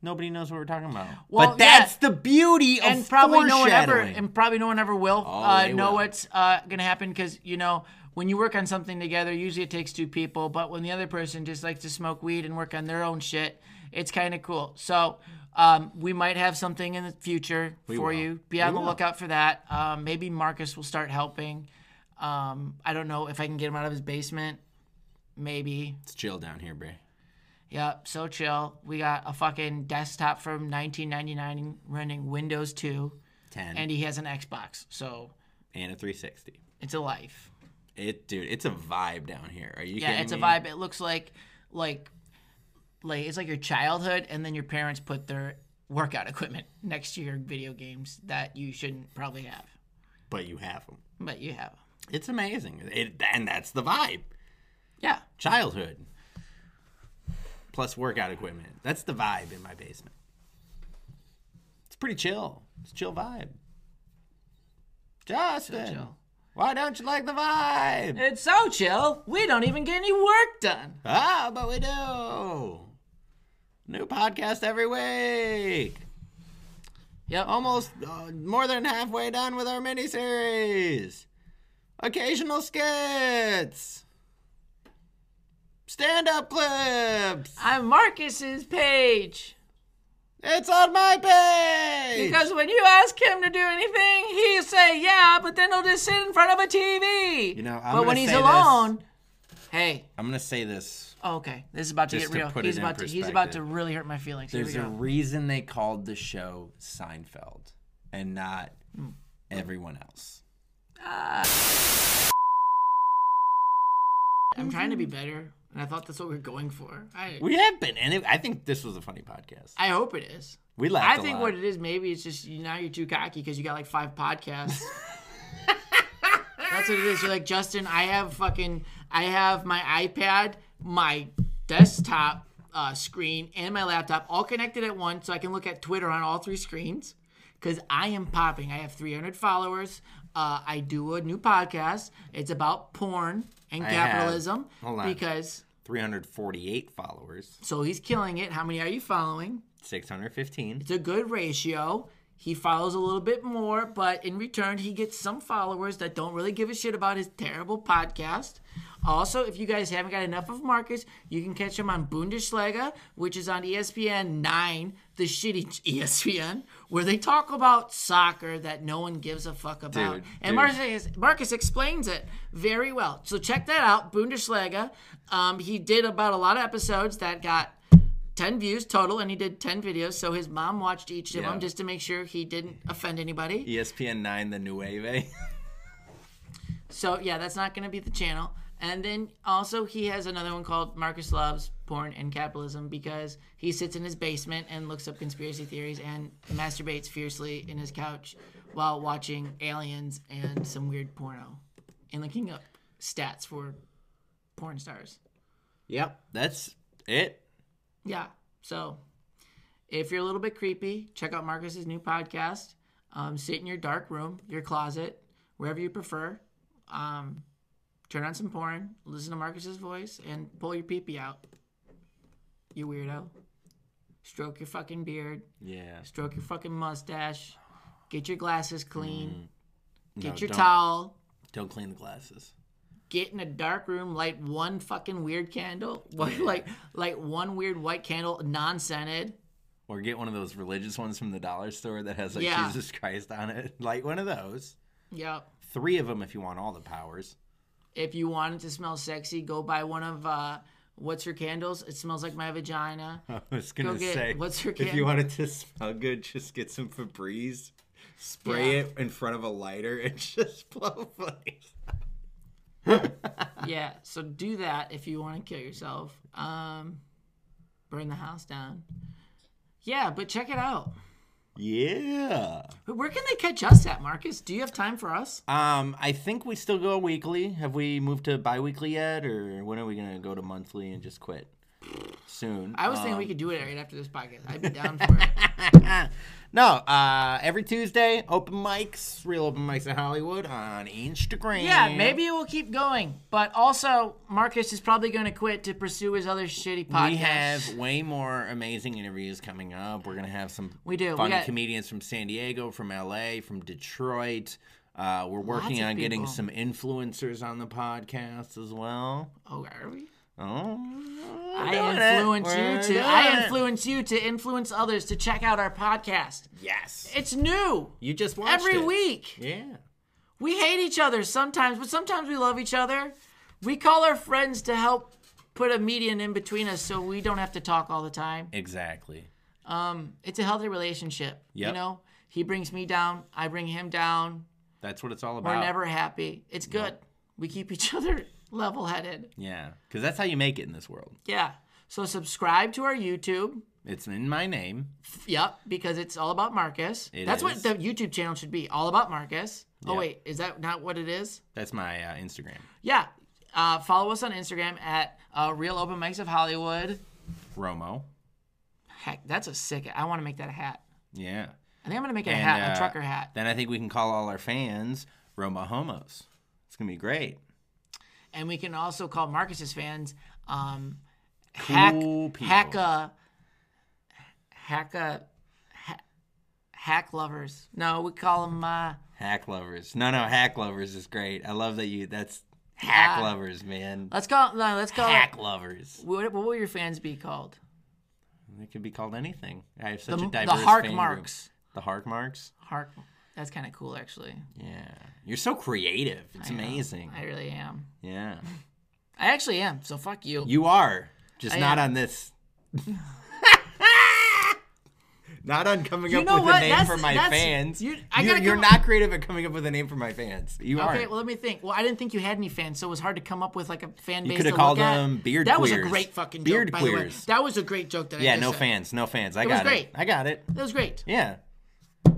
Speaker 2: Nobody knows what we're talking about.
Speaker 1: Well,
Speaker 2: but that's the beauty of
Speaker 1: and probably no one ever
Speaker 2: foreshadowing. Oh,
Speaker 1: and probably no one ever will uh,
Speaker 2: they
Speaker 1: know
Speaker 2: will.
Speaker 1: what's uh, gonna happen because you know when you work on something together usually it takes two people but when the other person just likes to smoke weed and work on their own shit it's kind of cool so um, we might have something in the future for
Speaker 2: will.
Speaker 1: you be on the lookout for that um, maybe marcus will start helping um, i don't know if i can get him out of his basement maybe
Speaker 2: It's chill down here, Bray.
Speaker 1: Yep, so chill. We got a fucking desktop from 1999 running Windows 2,
Speaker 2: 10
Speaker 1: and he has an Xbox. So
Speaker 2: and a 360.
Speaker 1: it's a life.
Speaker 2: It, dude, it's a vibe down here. Are you
Speaker 1: Yeah,
Speaker 2: kidding
Speaker 1: it's
Speaker 2: me?
Speaker 1: a vibe. It looks like, like, like it's like your childhood, and then your parents put their workout equipment next to your video games that you shouldn't probably have,
Speaker 2: But you have them.
Speaker 1: but you have. 'em.
Speaker 2: It's amazing. It, and that's the vibe.
Speaker 1: Yeah,
Speaker 2: Childhood. Plus workout equipment. That's the vibe in my basement. It's pretty chill. It's a chill vibe. Justin,
Speaker 1: chill.
Speaker 2: why don't you like the vibe?
Speaker 1: it's so chill. We don't even get any work done.
Speaker 2: Ah, but we do. New podcast every week.
Speaker 1: Yep.
Speaker 2: Almost uh, more than halfway done with our miniseries. Occasional skits. Stand up clips.
Speaker 1: I'm Marcus's page.
Speaker 2: It's on my page.
Speaker 1: Because when you ask him to do anything, he'll say yeah, but then he'll just sit in front of a TV.
Speaker 2: You know, I'm
Speaker 1: but
Speaker 2: gonna
Speaker 1: when he's
Speaker 2: say this-
Speaker 1: alone, hey,
Speaker 2: I'm gonna say this.
Speaker 1: oh, okay, this is about to
Speaker 2: Just
Speaker 1: get
Speaker 2: to
Speaker 1: real.
Speaker 2: put
Speaker 1: he's
Speaker 2: it in
Speaker 1: about to he's about to
Speaker 2: perspective.
Speaker 1: really hurt my feelings. Here we
Speaker 2: There's a
Speaker 1: go.
Speaker 2: reason they called the show Seinfeld and not everyone else.
Speaker 1: i I'm trying to be better, and I thought that's what we are going for. I
Speaker 2: We have been, and it, I think this was a funny podcast.
Speaker 1: I hope it is.
Speaker 2: We laughed.
Speaker 1: I
Speaker 2: a
Speaker 1: think
Speaker 2: lot.
Speaker 1: what it is, maybe it's just you, now you're too cocky because you got like five podcasts. That's what it is. You're like Justin. I have fucking. I have my iPad, my desktop uh, screen, and my laptop all connected at once, so I can look at Twitter on all three screens. Because I am popping. I have 300 followers. Uh, I do a new podcast. It's about porn and
Speaker 2: have-
Speaker 1: capitalism.
Speaker 2: hold on.
Speaker 1: Because
Speaker 2: 348 followers,
Speaker 1: so he's killing it. How many are you following?
Speaker 2: 615.
Speaker 1: it's a good ratio. He follows a little bit more, but in return, he gets some followers that don't really give a shit about his terrible podcast. Also, if you guys haven't got enough of Marcus, you can catch him on Bundesliga, which is on E ESPN 9, the shitty E ESPN, where they talk about soccer that no one gives a fuck about.
Speaker 2: Dude,
Speaker 1: and
Speaker 2: dude.
Speaker 1: Marcus, Marcus explains it very well. So check that out, Bundesliga. Um, he did about a lot of episodes that got 10 views total and he did 10 videos so his mom watched each of
Speaker 2: Yeah.
Speaker 1: them just to make sure he didn't offend anybody
Speaker 2: ESPN 9, the eh? Nueve.
Speaker 1: so yeah that's not going to be the channel and then also he has another one called marcus loves porn and capitalism because he sits in his basement and looks up conspiracy theories and masturbates fiercely in his couch while watching aliens and some weird porno and looking up stats for porn stars
Speaker 2: yep, that's it.
Speaker 1: Yeah. So if you're a little bit creepy, check out Marcus's new podcast. Um, sit in your dark room, your closet, wherever you prefer. Um, turn on some porn, listen to Marcus's voice, and pull your peepee out. You weirdo. Stroke your fucking beard.
Speaker 2: Yeah.
Speaker 1: Stroke your fucking mustache. Get your glasses clean. Get
Speaker 2: Mm. No,
Speaker 1: your
Speaker 2: don't.
Speaker 1: towel.
Speaker 2: Don't clean the glasses.
Speaker 1: get in a dark room, light one fucking weird candle, one, like like one weird white candle, non-scented.
Speaker 2: Or get one of those religious ones from the dollar store that has like
Speaker 1: Yeah.
Speaker 2: Jesus Christ on it. Light one of those.
Speaker 1: Yep.
Speaker 2: Three of them if you want all the powers.
Speaker 1: If you want it to smell sexy, go buy one of uh, what's your candles? It smells like my vagina.
Speaker 2: I was gonna
Speaker 1: get-
Speaker 2: say,
Speaker 1: what's your
Speaker 2: if
Speaker 1: can-
Speaker 2: you want it to smell good, just get some Febreze, spray
Speaker 1: Yeah.
Speaker 2: it in front of a lighter, and just blow flames.
Speaker 1: yeah. So do that if you want to kill yourself. Um, burn the house down. Yeah, but check it out.
Speaker 2: Yeah.
Speaker 1: But where can they catch us at, Marcus? Do you have time for us?
Speaker 2: Um, I think we still go weekly. Have we moved to bi-weekly yet, or when are we gonna go to monthly and just quit? Soon.
Speaker 1: I was thinking we could do it right after this podcast. I'd be down for it.
Speaker 2: No, uh, every Tuesday, open mics, real open mics in Hollywood on Instagram.
Speaker 1: Yeah, maybe it will keep going. But also, Marcus is probably going to quit to pursue his other shitty podcast.
Speaker 2: We have way more amazing interviews coming up. We're gonna have some
Speaker 1: We do. We
Speaker 2: fun
Speaker 1: got-
Speaker 2: comedians from San Diego, from LA, from Detroit. Uh, we're working
Speaker 1: of
Speaker 2: on getting
Speaker 1: people.
Speaker 2: some influencers on the podcast as well.
Speaker 1: Oh, are we?
Speaker 2: Oh,
Speaker 1: I influence you to. I influence you to influence others to check out our podcast.
Speaker 2: Yes,
Speaker 1: It's new
Speaker 2: you just watched
Speaker 1: every
Speaker 2: it.
Speaker 1: week.
Speaker 2: Yeah.
Speaker 1: We hate each other sometimes, but sometimes we love each other. We call our friends to help put a median in between us so we don't have to talk all the time.
Speaker 2: Exactly.
Speaker 1: It's a healthy relationship. You
Speaker 2: Yep.
Speaker 1: know, he brings me down, I bring him down.
Speaker 2: That's what it's all
Speaker 1: We're
Speaker 2: about.
Speaker 1: never happy. It's good. We keep each other level headed.
Speaker 2: Yeah, because that's how you make it in this world.
Speaker 1: Yeah. So subscribe to our YouTube.
Speaker 2: It's in my name.
Speaker 1: Yep, because it's all about Marcus.
Speaker 2: It
Speaker 1: That's
Speaker 2: is.
Speaker 1: what the YouTube channel should be. All about Marcus. Oh
Speaker 2: Yeah.
Speaker 1: wait, is that not what it is?
Speaker 2: That's my uh, Instagram.
Speaker 1: Yeah. Uh, follow us on Instagram at uh, Real Open Mics of Hollywood.
Speaker 2: Romo.
Speaker 1: Heck, that's a sick. I want to make that a hat.
Speaker 2: Yeah.
Speaker 1: I think I'm gonna make it a
Speaker 2: And,
Speaker 1: hat,
Speaker 2: uh,
Speaker 1: a trucker hat.
Speaker 2: Then I think we can call all our fans Roma homos. It's gonna be great.
Speaker 1: and we can also call Marcus's fans um, hack,
Speaker 2: Cool people.
Speaker 1: hacka, hacka, ha- hack lovers. No, we call them uh,
Speaker 2: Hack lovers. No, no, hack lovers is great. I love that you. That's hack
Speaker 1: Yeah.
Speaker 2: lovers, man.
Speaker 1: let's call no, let's call
Speaker 2: Hack lovers.
Speaker 1: What, what will your fans be called?
Speaker 2: It could be called anything. I have such
Speaker 1: The,
Speaker 2: a
Speaker 1: the
Speaker 2: diverse.
Speaker 1: hark
Speaker 2: fan group.
Speaker 1: marks.
Speaker 2: The hark marks.
Speaker 1: Hark. That's kind of cool, actually.
Speaker 2: Yeah, you're so creative. It's amazing.
Speaker 1: I really am.
Speaker 2: Yeah,
Speaker 1: I actually am. So fuck you.
Speaker 2: you are just
Speaker 1: I
Speaker 2: not
Speaker 1: am.
Speaker 2: on this. Not on coming
Speaker 1: You
Speaker 2: up
Speaker 1: know
Speaker 2: with
Speaker 1: what?
Speaker 2: a name
Speaker 1: That's-
Speaker 2: for my
Speaker 1: that's-
Speaker 2: fans.
Speaker 1: you- I
Speaker 2: you're
Speaker 1: gotta
Speaker 2: you're
Speaker 1: come up-
Speaker 2: not creative at coming up with a name for my fans. You are.
Speaker 1: Okay, well let me think. Well, I didn't think you had any fans, so it was hard to come up with like a fan base.
Speaker 2: could have
Speaker 1: to
Speaker 2: called
Speaker 1: look at.
Speaker 2: them beard
Speaker 1: That was
Speaker 2: queers.
Speaker 1: a great fucking
Speaker 2: Beard
Speaker 1: joke, by the way.
Speaker 2: queers.
Speaker 1: That was a great joke. That I
Speaker 2: Yeah,
Speaker 1: just
Speaker 2: no
Speaker 1: said.
Speaker 2: fans, no fans. I
Speaker 1: was
Speaker 2: got it.
Speaker 1: great.
Speaker 2: I got it.
Speaker 1: That was great.
Speaker 2: Yeah,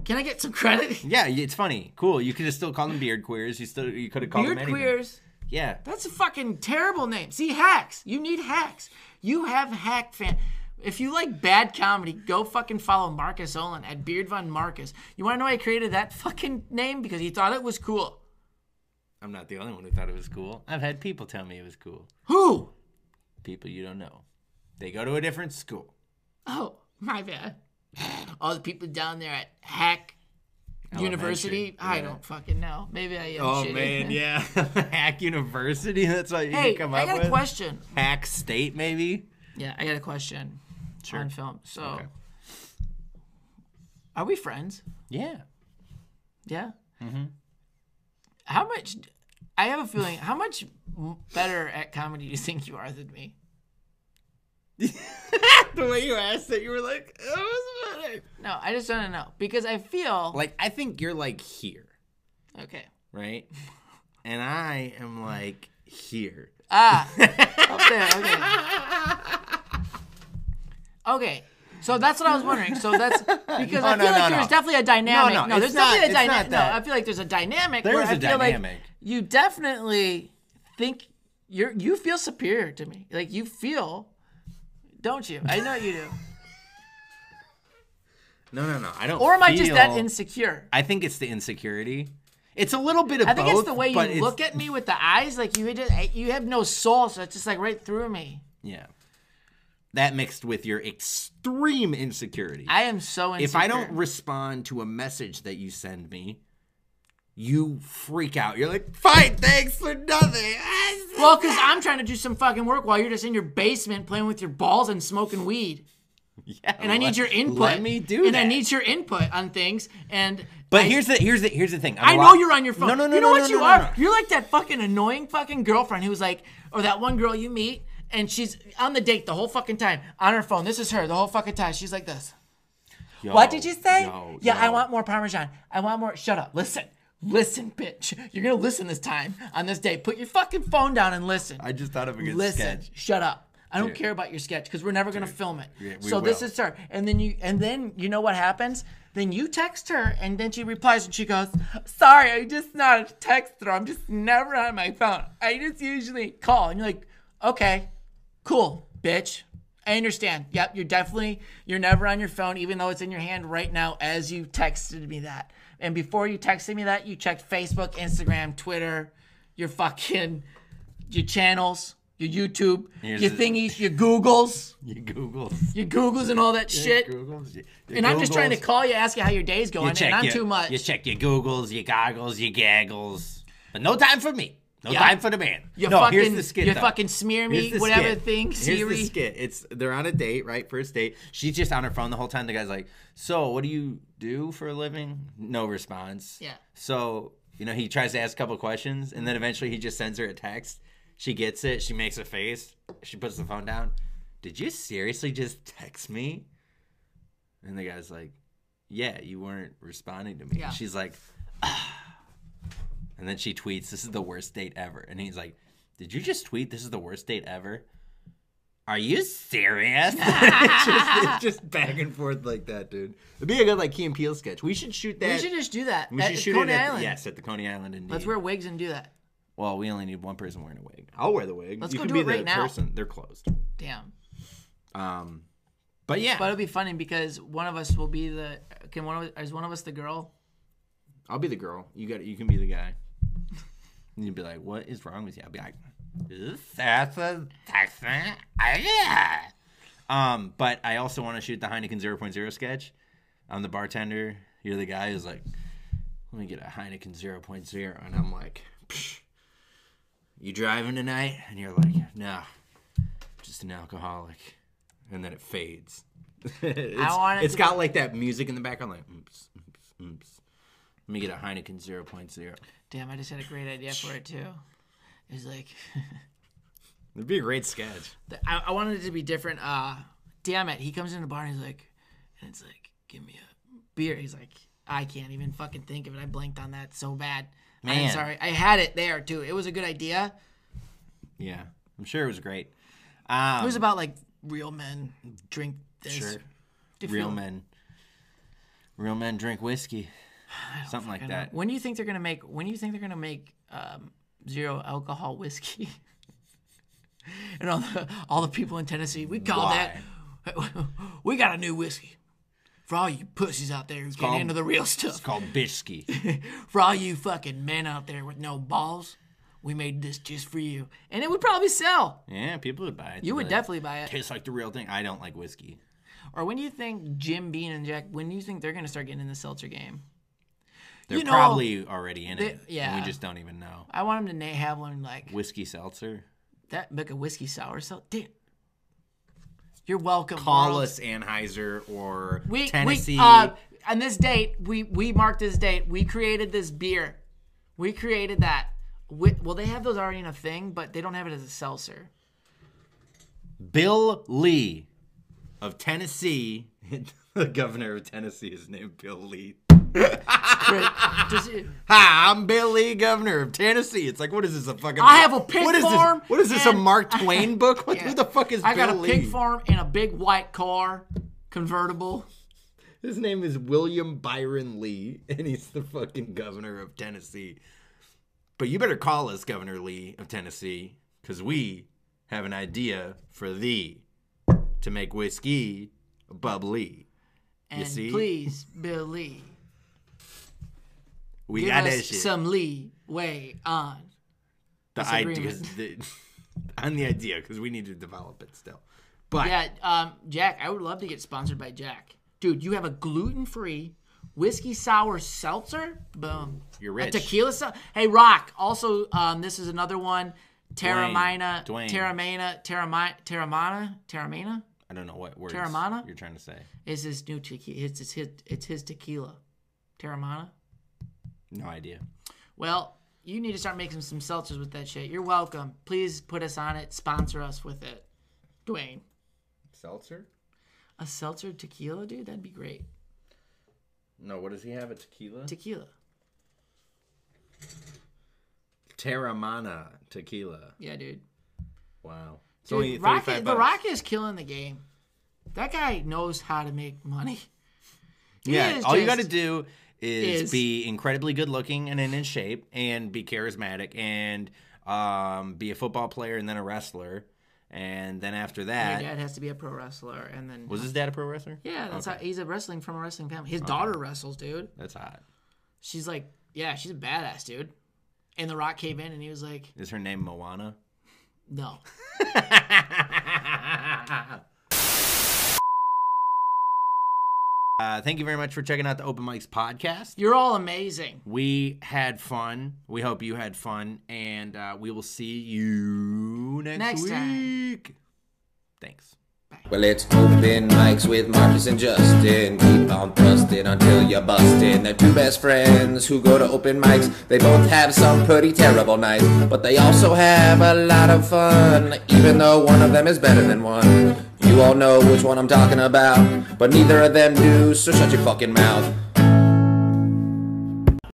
Speaker 1: Can I get some credit?
Speaker 2: yeah. It's funny, cool. You could have still called them beard queers. You still you could have called
Speaker 1: Beard
Speaker 2: them anything.
Speaker 1: queers.
Speaker 2: Yeah,
Speaker 1: That's a fucking terrible name. See, hacks. You need hacks. You have hack fan. If you like bad comedy, go fucking follow Marcus Olin at Beard Von Marcus. You want to know why I created that fucking name? Because he thought it was cool.
Speaker 2: I'm not the only one who thought it was cool. I've had people tell me it was cool.
Speaker 1: Who?
Speaker 2: People you don't know. They go to a different school.
Speaker 1: Oh, my bad. All the people down there at Hack University.
Speaker 2: Elementary,
Speaker 1: I
Speaker 2: yeah.
Speaker 1: don't fucking know. Maybe I am.
Speaker 2: Oh
Speaker 1: shitty.
Speaker 2: man, yeah. Hack University. That's what you
Speaker 1: Hey,
Speaker 2: can come
Speaker 1: I
Speaker 2: up
Speaker 1: got
Speaker 2: with.
Speaker 1: a question.
Speaker 2: Hack State, maybe.
Speaker 1: Yeah, I got a question
Speaker 2: Sure.
Speaker 1: on film. So,
Speaker 2: Okay.
Speaker 1: are we friends?
Speaker 2: Yeah.
Speaker 1: Yeah. Mm-hmm. How much? I have a feeling. How much m- better at comedy do you think you are than me?
Speaker 2: the way you asked it, you were like, it was better.
Speaker 1: No, I just want to know because I feel
Speaker 2: Like I think you're like here,
Speaker 1: okay.
Speaker 2: right? And I am like here.
Speaker 1: Ah, up there. Okay. Okay. So that's what I was wondering. So that's because I feel
Speaker 2: no,
Speaker 1: like
Speaker 2: no,
Speaker 1: there's
Speaker 2: no.
Speaker 1: definitely a dynamic.
Speaker 2: No,
Speaker 1: No,
Speaker 2: no, it's
Speaker 1: there's
Speaker 2: not-
Speaker 1: definitely a
Speaker 2: it's not
Speaker 1: dynamic. No,
Speaker 2: that.
Speaker 1: I feel like there's a dynamic.
Speaker 2: There
Speaker 1: where
Speaker 2: is
Speaker 1: I
Speaker 2: a
Speaker 1: feel like
Speaker 2: dynamic.
Speaker 1: you definitely think you're you feel superior to me. Like you feel, don't you? I know you do.
Speaker 2: No, no, no. I don't.
Speaker 1: Or am I just that
Speaker 2: feel-
Speaker 1: insecure?
Speaker 2: I think it's the insecurity. It's a little bit of
Speaker 1: I think
Speaker 2: both.
Speaker 1: it's the way
Speaker 2: but
Speaker 1: you
Speaker 2: it's-
Speaker 1: look at me with the eyes. Like you just you have no soul, so it's just like right through me.
Speaker 2: Yeah. That mixed with your extreme insecurity.
Speaker 1: I am so insecure.
Speaker 2: if I don't respond to a message that you send me, you freak out. You're like, fine, thanks for nothing. Ah,
Speaker 1: Well, because I'm trying to do some fucking work while you're just in your basement playing with your balls and smoking weed.
Speaker 6: Yeah,
Speaker 1: And I need your input.
Speaker 6: Let me do
Speaker 1: And I
Speaker 6: that.
Speaker 1: need your input on things. And
Speaker 6: But
Speaker 1: I-
Speaker 6: here's the here's the here's the thing. I'm
Speaker 1: I
Speaker 6: a
Speaker 1: know
Speaker 6: lot-
Speaker 1: you're on your phone.
Speaker 6: No, no, no,
Speaker 1: You know
Speaker 6: no, no,
Speaker 1: what you
Speaker 6: no,
Speaker 1: are?
Speaker 6: no.
Speaker 1: You're like that fucking annoying fucking girlfriend who's like, or that one girl you meet, and she's on the date the whole fucking time on her phone. This is her the whole fucking time. She's like this. what did you say?
Speaker 2: yo,
Speaker 1: yeah, I
Speaker 2: yo.
Speaker 1: want more parmesan. I want more. Shut up. Listen. Listen, bitch. You're gonna listen this time on this day. Put your fucking phone down and listen.
Speaker 2: I just thought of a good
Speaker 1: Listen,
Speaker 2: sketch.
Speaker 1: shut up. I don't care about your sketch because we're never gonna film it. so this
Speaker 2: will.
Speaker 1: is her, and then you, and then you know what happens? Then you text her, and then she replies, and she goes, "Sorry, I'm just not a texter. I'm just never on my phone. I just usually call." And you're like, "Okay, cool, bitch. I understand. Yep, you're definitely you're never on your phone, even though it's in your hand right now as you texted me that. And before you texted me that, you checked Facebook, Instagram, Twitter, your fucking your channels, your YouTube,
Speaker 2: Here's
Speaker 1: your
Speaker 2: the-
Speaker 1: thingies, your Googles,
Speaker 2: You Google
Speaker 1: your Googles and all that shit.
Speaker 2: Googles.
Speaker 1: And I'm just trying to call you, ask you how your day's going,
Speaker 6: You check
Speaker 1: and I'm
Speaker 6: your,
Speaker 1: too much.
Speaker 6: You check your Googles, your goggles, your gaggles. But no time for me. No time for the man.
Speaker 1: You
Speaker 2: No,
Speaker 1: fucking,
Speaker 2: here's the skit,
Speaker 1: you
Speaker 2: though.
Speaker 1: fucking smear me,
Speaker 2: Here's the
Speaker 1: whatever
Speaker 2: skit.
Speaker 1: thing,
Speaker 2: Here's the
Speaker 1: Siri.
Speaker 2: skit. It's they're on a date, right? First date. She's just on her phone the whole time. The guy's like, "So, what do you do for a living?" No response.
Speaker 1: Yeah.
Speaker 2: So you know he tries to ask a couple questions, and then eventually he just sends her a text. She gets it. She makes a face. She puts the phone down. Did you seriously just text me? And the guy's like, "Yeah, you weren't responding to me."
Speaker 1: Yeah.
Speaker 2: She's like, "Ah." and then she tweets, "This is the worst date ever." And he's like, "Did you just tweet this is the worst date ever?"
Speaker 6: Are you serious?
Speaker 2: it's, just, it's just back and forth like that, dude. It'd be a good like Key and Peele sketch. We should shoot that.
Speaker 1: We should just do that
Speaker 2: we
Speaker 1: at
Speaker 2: should
Speaker 1: the
Speaker 2: shoot
Speaker 1: Coney
Speaker 2: it at,
Speaker 1: Island.
Speaker 2: Yes, at the Coney Island. Indeed.
Speaker 1: Let's wear wigs and do that.
Speaker 2: Well, we only need one person wearing a wig. I'll wear the wig.
Speaker 1: Let's
Speaker 2: you
Speaker 1: go
Speaker 2: can
Speaker 1: do
Speaker 2: be
Speaker 1: it right
Speaker 2: the
Speaker 1: now.
Speaker 2: person. They're closed.
Speaker 1: Damn.
Speaker 2: Um, but yeah,
Speaker 1: But it'll be funny because one of us will be the. Can one of us, is one of us the girl?
Speaker 2: I'll be the girl. You got. You can be the guy. And you'd be like, "What is wrong with you?" I'll be like,
Speaker 6: That's a Texan. Ah, yeah.
Speaker 2: Um, but I also want to shoot the Heineken 0.0 sketch. I'm the bartender. You're the guy who's like, let me get a Heineken 0.0. And I'm like, Psh, you driving tonight? And you're like, no, just an alcoholic. And then it fades. it's
Speaker 1: want it
Speaker 2: it's
Speaker 1: to
Speaker 2: got like that music in the background, like, oops, oops, oops. Let me get a Heineken 0.0.
Speaker 1: Damn, I just had a great idea for it too. It's like
Speaker 2: It'd be a great sketch.
Speaker 1: I, I wanted it to be different. Uh, damn it, he comes in the bar and he's like, and it's like, give me a beer. He's like, I can't even fucking think of it. I blanked on that so bad. I'm
Speaker 2: Man.
Speaker 1: sorry. I had it there too. It was a good idea.
Speaker 2: Yeah, I'm sure it was great. Um,
Speaker 1: It was about like real men drink this.
Speaker 2: Sure.
Speaker 1: If
Speaker 2: real
Speaker 1: you-
Speaker 2: men real men drink whiskey something like
Speaker 1: I don't-
Speaker 2: that
Speaker 1: When do you think they're gonna make? When do you think they're gonna make um, zero alcohol whiskey? and all the all the people in Tennessee, we call that. We got a new whiskey for all you pussies out there who can't
Speaker 2: called-
Speaker 1: handle the real stuff.
Speaker 2: it's called bitchski
Speaker 1: For all you fucking men out there with no balls, we made this just for you, and it would probably sell.
Speaker 2: yeah people would buy it
Speaker 1: You would
Speaker 2: They're like,
Speaker 1: definitely buy it.
Speaker 2: tastes like the real thing i don't like whiskey
Speaker 1: Or when do you think Jim Bean and Jack? When do you think they're gonna start getting in the seltzer game?
Speaker 2: they're
Speaker 1: You know,
Speaker 2: probably already in it
Speaker 1: they- yeah.
Speaker 2: we just don't even know
Speaker 1: I want him to na- have one like
Speaker 2: whiskey seltzer
Speaker 1: That make a whiskey sour so damn. You're welcome.
Speaker 2: call
Speaker 1: world.
Speaker 2: us anheuser or
Speaker 1: We
Speaker 2: tennessee
Speaker 1: we uh on this date we we marked this date. We created this beer. We created that. We, well, they have those already in a thing, but they don't have it as a seltzer.
Speaker 2: bill lee of tennessee the governor of tennessee is named bill lee
Speaker 1: Great. Does it-
Speaker 2: Hi, I'm Bill Lee, governor of Tennessee. It's like, what is this? A fucking.
Speaker 1: I have a pig
Speaker 2: what is
Speaker 1: farm
Speaker 2: This? What is this? A
Speaker 1: and-
Speaker 2: Mark Twain book? What,
Speaker 1: Yeah.
Speaker 2: Who the fuck is
Speaker 1: I
Speaker 2: Bill
Speaker 1: got a
Speaker 2: Lee?
Speaker 1: pig farm and a big white car, convertible.
Speaker 2: His name is William Byron Lee, and he's the fucking governor of Tennessee. But you better call us, Governor Lee of Tennessee, because we have an idea for thee to make whiskey bubbly.
Speaker 1: And
Speaker 2: see?
Speaker 1: please, Bill Lee,
Speaker 2: We
Speaker 1: give
Speaker 2: got
Speaker 1: us
Speaker 2: that shit.
Speaker 1: some leeway on.
Speaker 2: the idea,
Speaker 1: disagreement.
Speaker 2: the, on the idea, because we need to develop it still. But
Speaker 1: Yeah, um, Jack, I would love to get sponsored by Jack. Dude, you have a gluten free whiskey sour seltzer? Boom.
Speaker 2: You're
Speaker 1: A
Speaker 2: rich.
Speaker 1: tequila sel- Hey, Rock. Also, um, this is another one. Terramina,
Speaker 7: Dwayne.
Speaker 1: Terramina, Terramina, Terramina, Terramina
Speaker 7: I don't know what words
Speaker 1: Terramana?
Speaker 7: you're trying to say.
Speaker 1: is his new tequila. It's, it's his it's his tequila, Terramina.
Speaker 7: No idea.
Speaker 1: Well, you need to start making some seltzers with that shit. You're welcome. Please put us on it. Sponsor us with it, Dwayne.
Speaker 2: Seltzer?
Speaker 1: A seltzer tequila, dude. That'd be great.
Speaker 7: No, what does he have? A tequila?
Speaker 1: Tequila.
Speaker 2: Terramana tequila.
Speaker 1: Yeah, dude.
Speaker 2: Wow. It's only
Speaker 1: Dude,
Speaker 2: 35
Speaker 1: Rocket,
Speaker 2: bucks.
Speaker 1: the Rocket is killing the game. That guy knows how to make money. He
Speaker 2: Yeah,
Speaker 1: is
Speaker 2: all you
Speaker 1: just-
Speaker 2: got to do is,
Speaker 1: is-
Speaker 2: be incredibly good looking and in shape and be charismatic and um, be a football player and then a wrestler. And then after
Speaker 1: Your
Speaker 2: that,
Speaker 1: dad has to be a pro wrestler, and then
Speaker 2: was his dad a pro wrestler?
Speaker 1: yeah, that's how he's a wrestling from a wrestling family. His daughter wrestles, dude.
Speaker 2: That's hot.
Speaker 1: She's like, yeah, she's a badass, dude. And The Rock came in, and he was like,
Speaker 2: Is her name Moana?
Speaker 1: no.
Speaker 2: Uh, thank you very much for checking out the Open Mics podcast.
Speaker 1: You're all amazing.
Speaker 2: We had fun. We hope you had fun. And uh, we will see you next,
Speaker 1: Next time.
Speaker 2: week. Thanks.
Speaker 8: Well, it's open mics with Marcus and Justin. Keep on thrusting until you're busting. They're two best friends who go to open mics. They both have some pretty terrible nights, but they also have a lot of fun, even though one of them is better than one. You all know which one I'm talking about, but neither of them do, so shut your fucking mouth.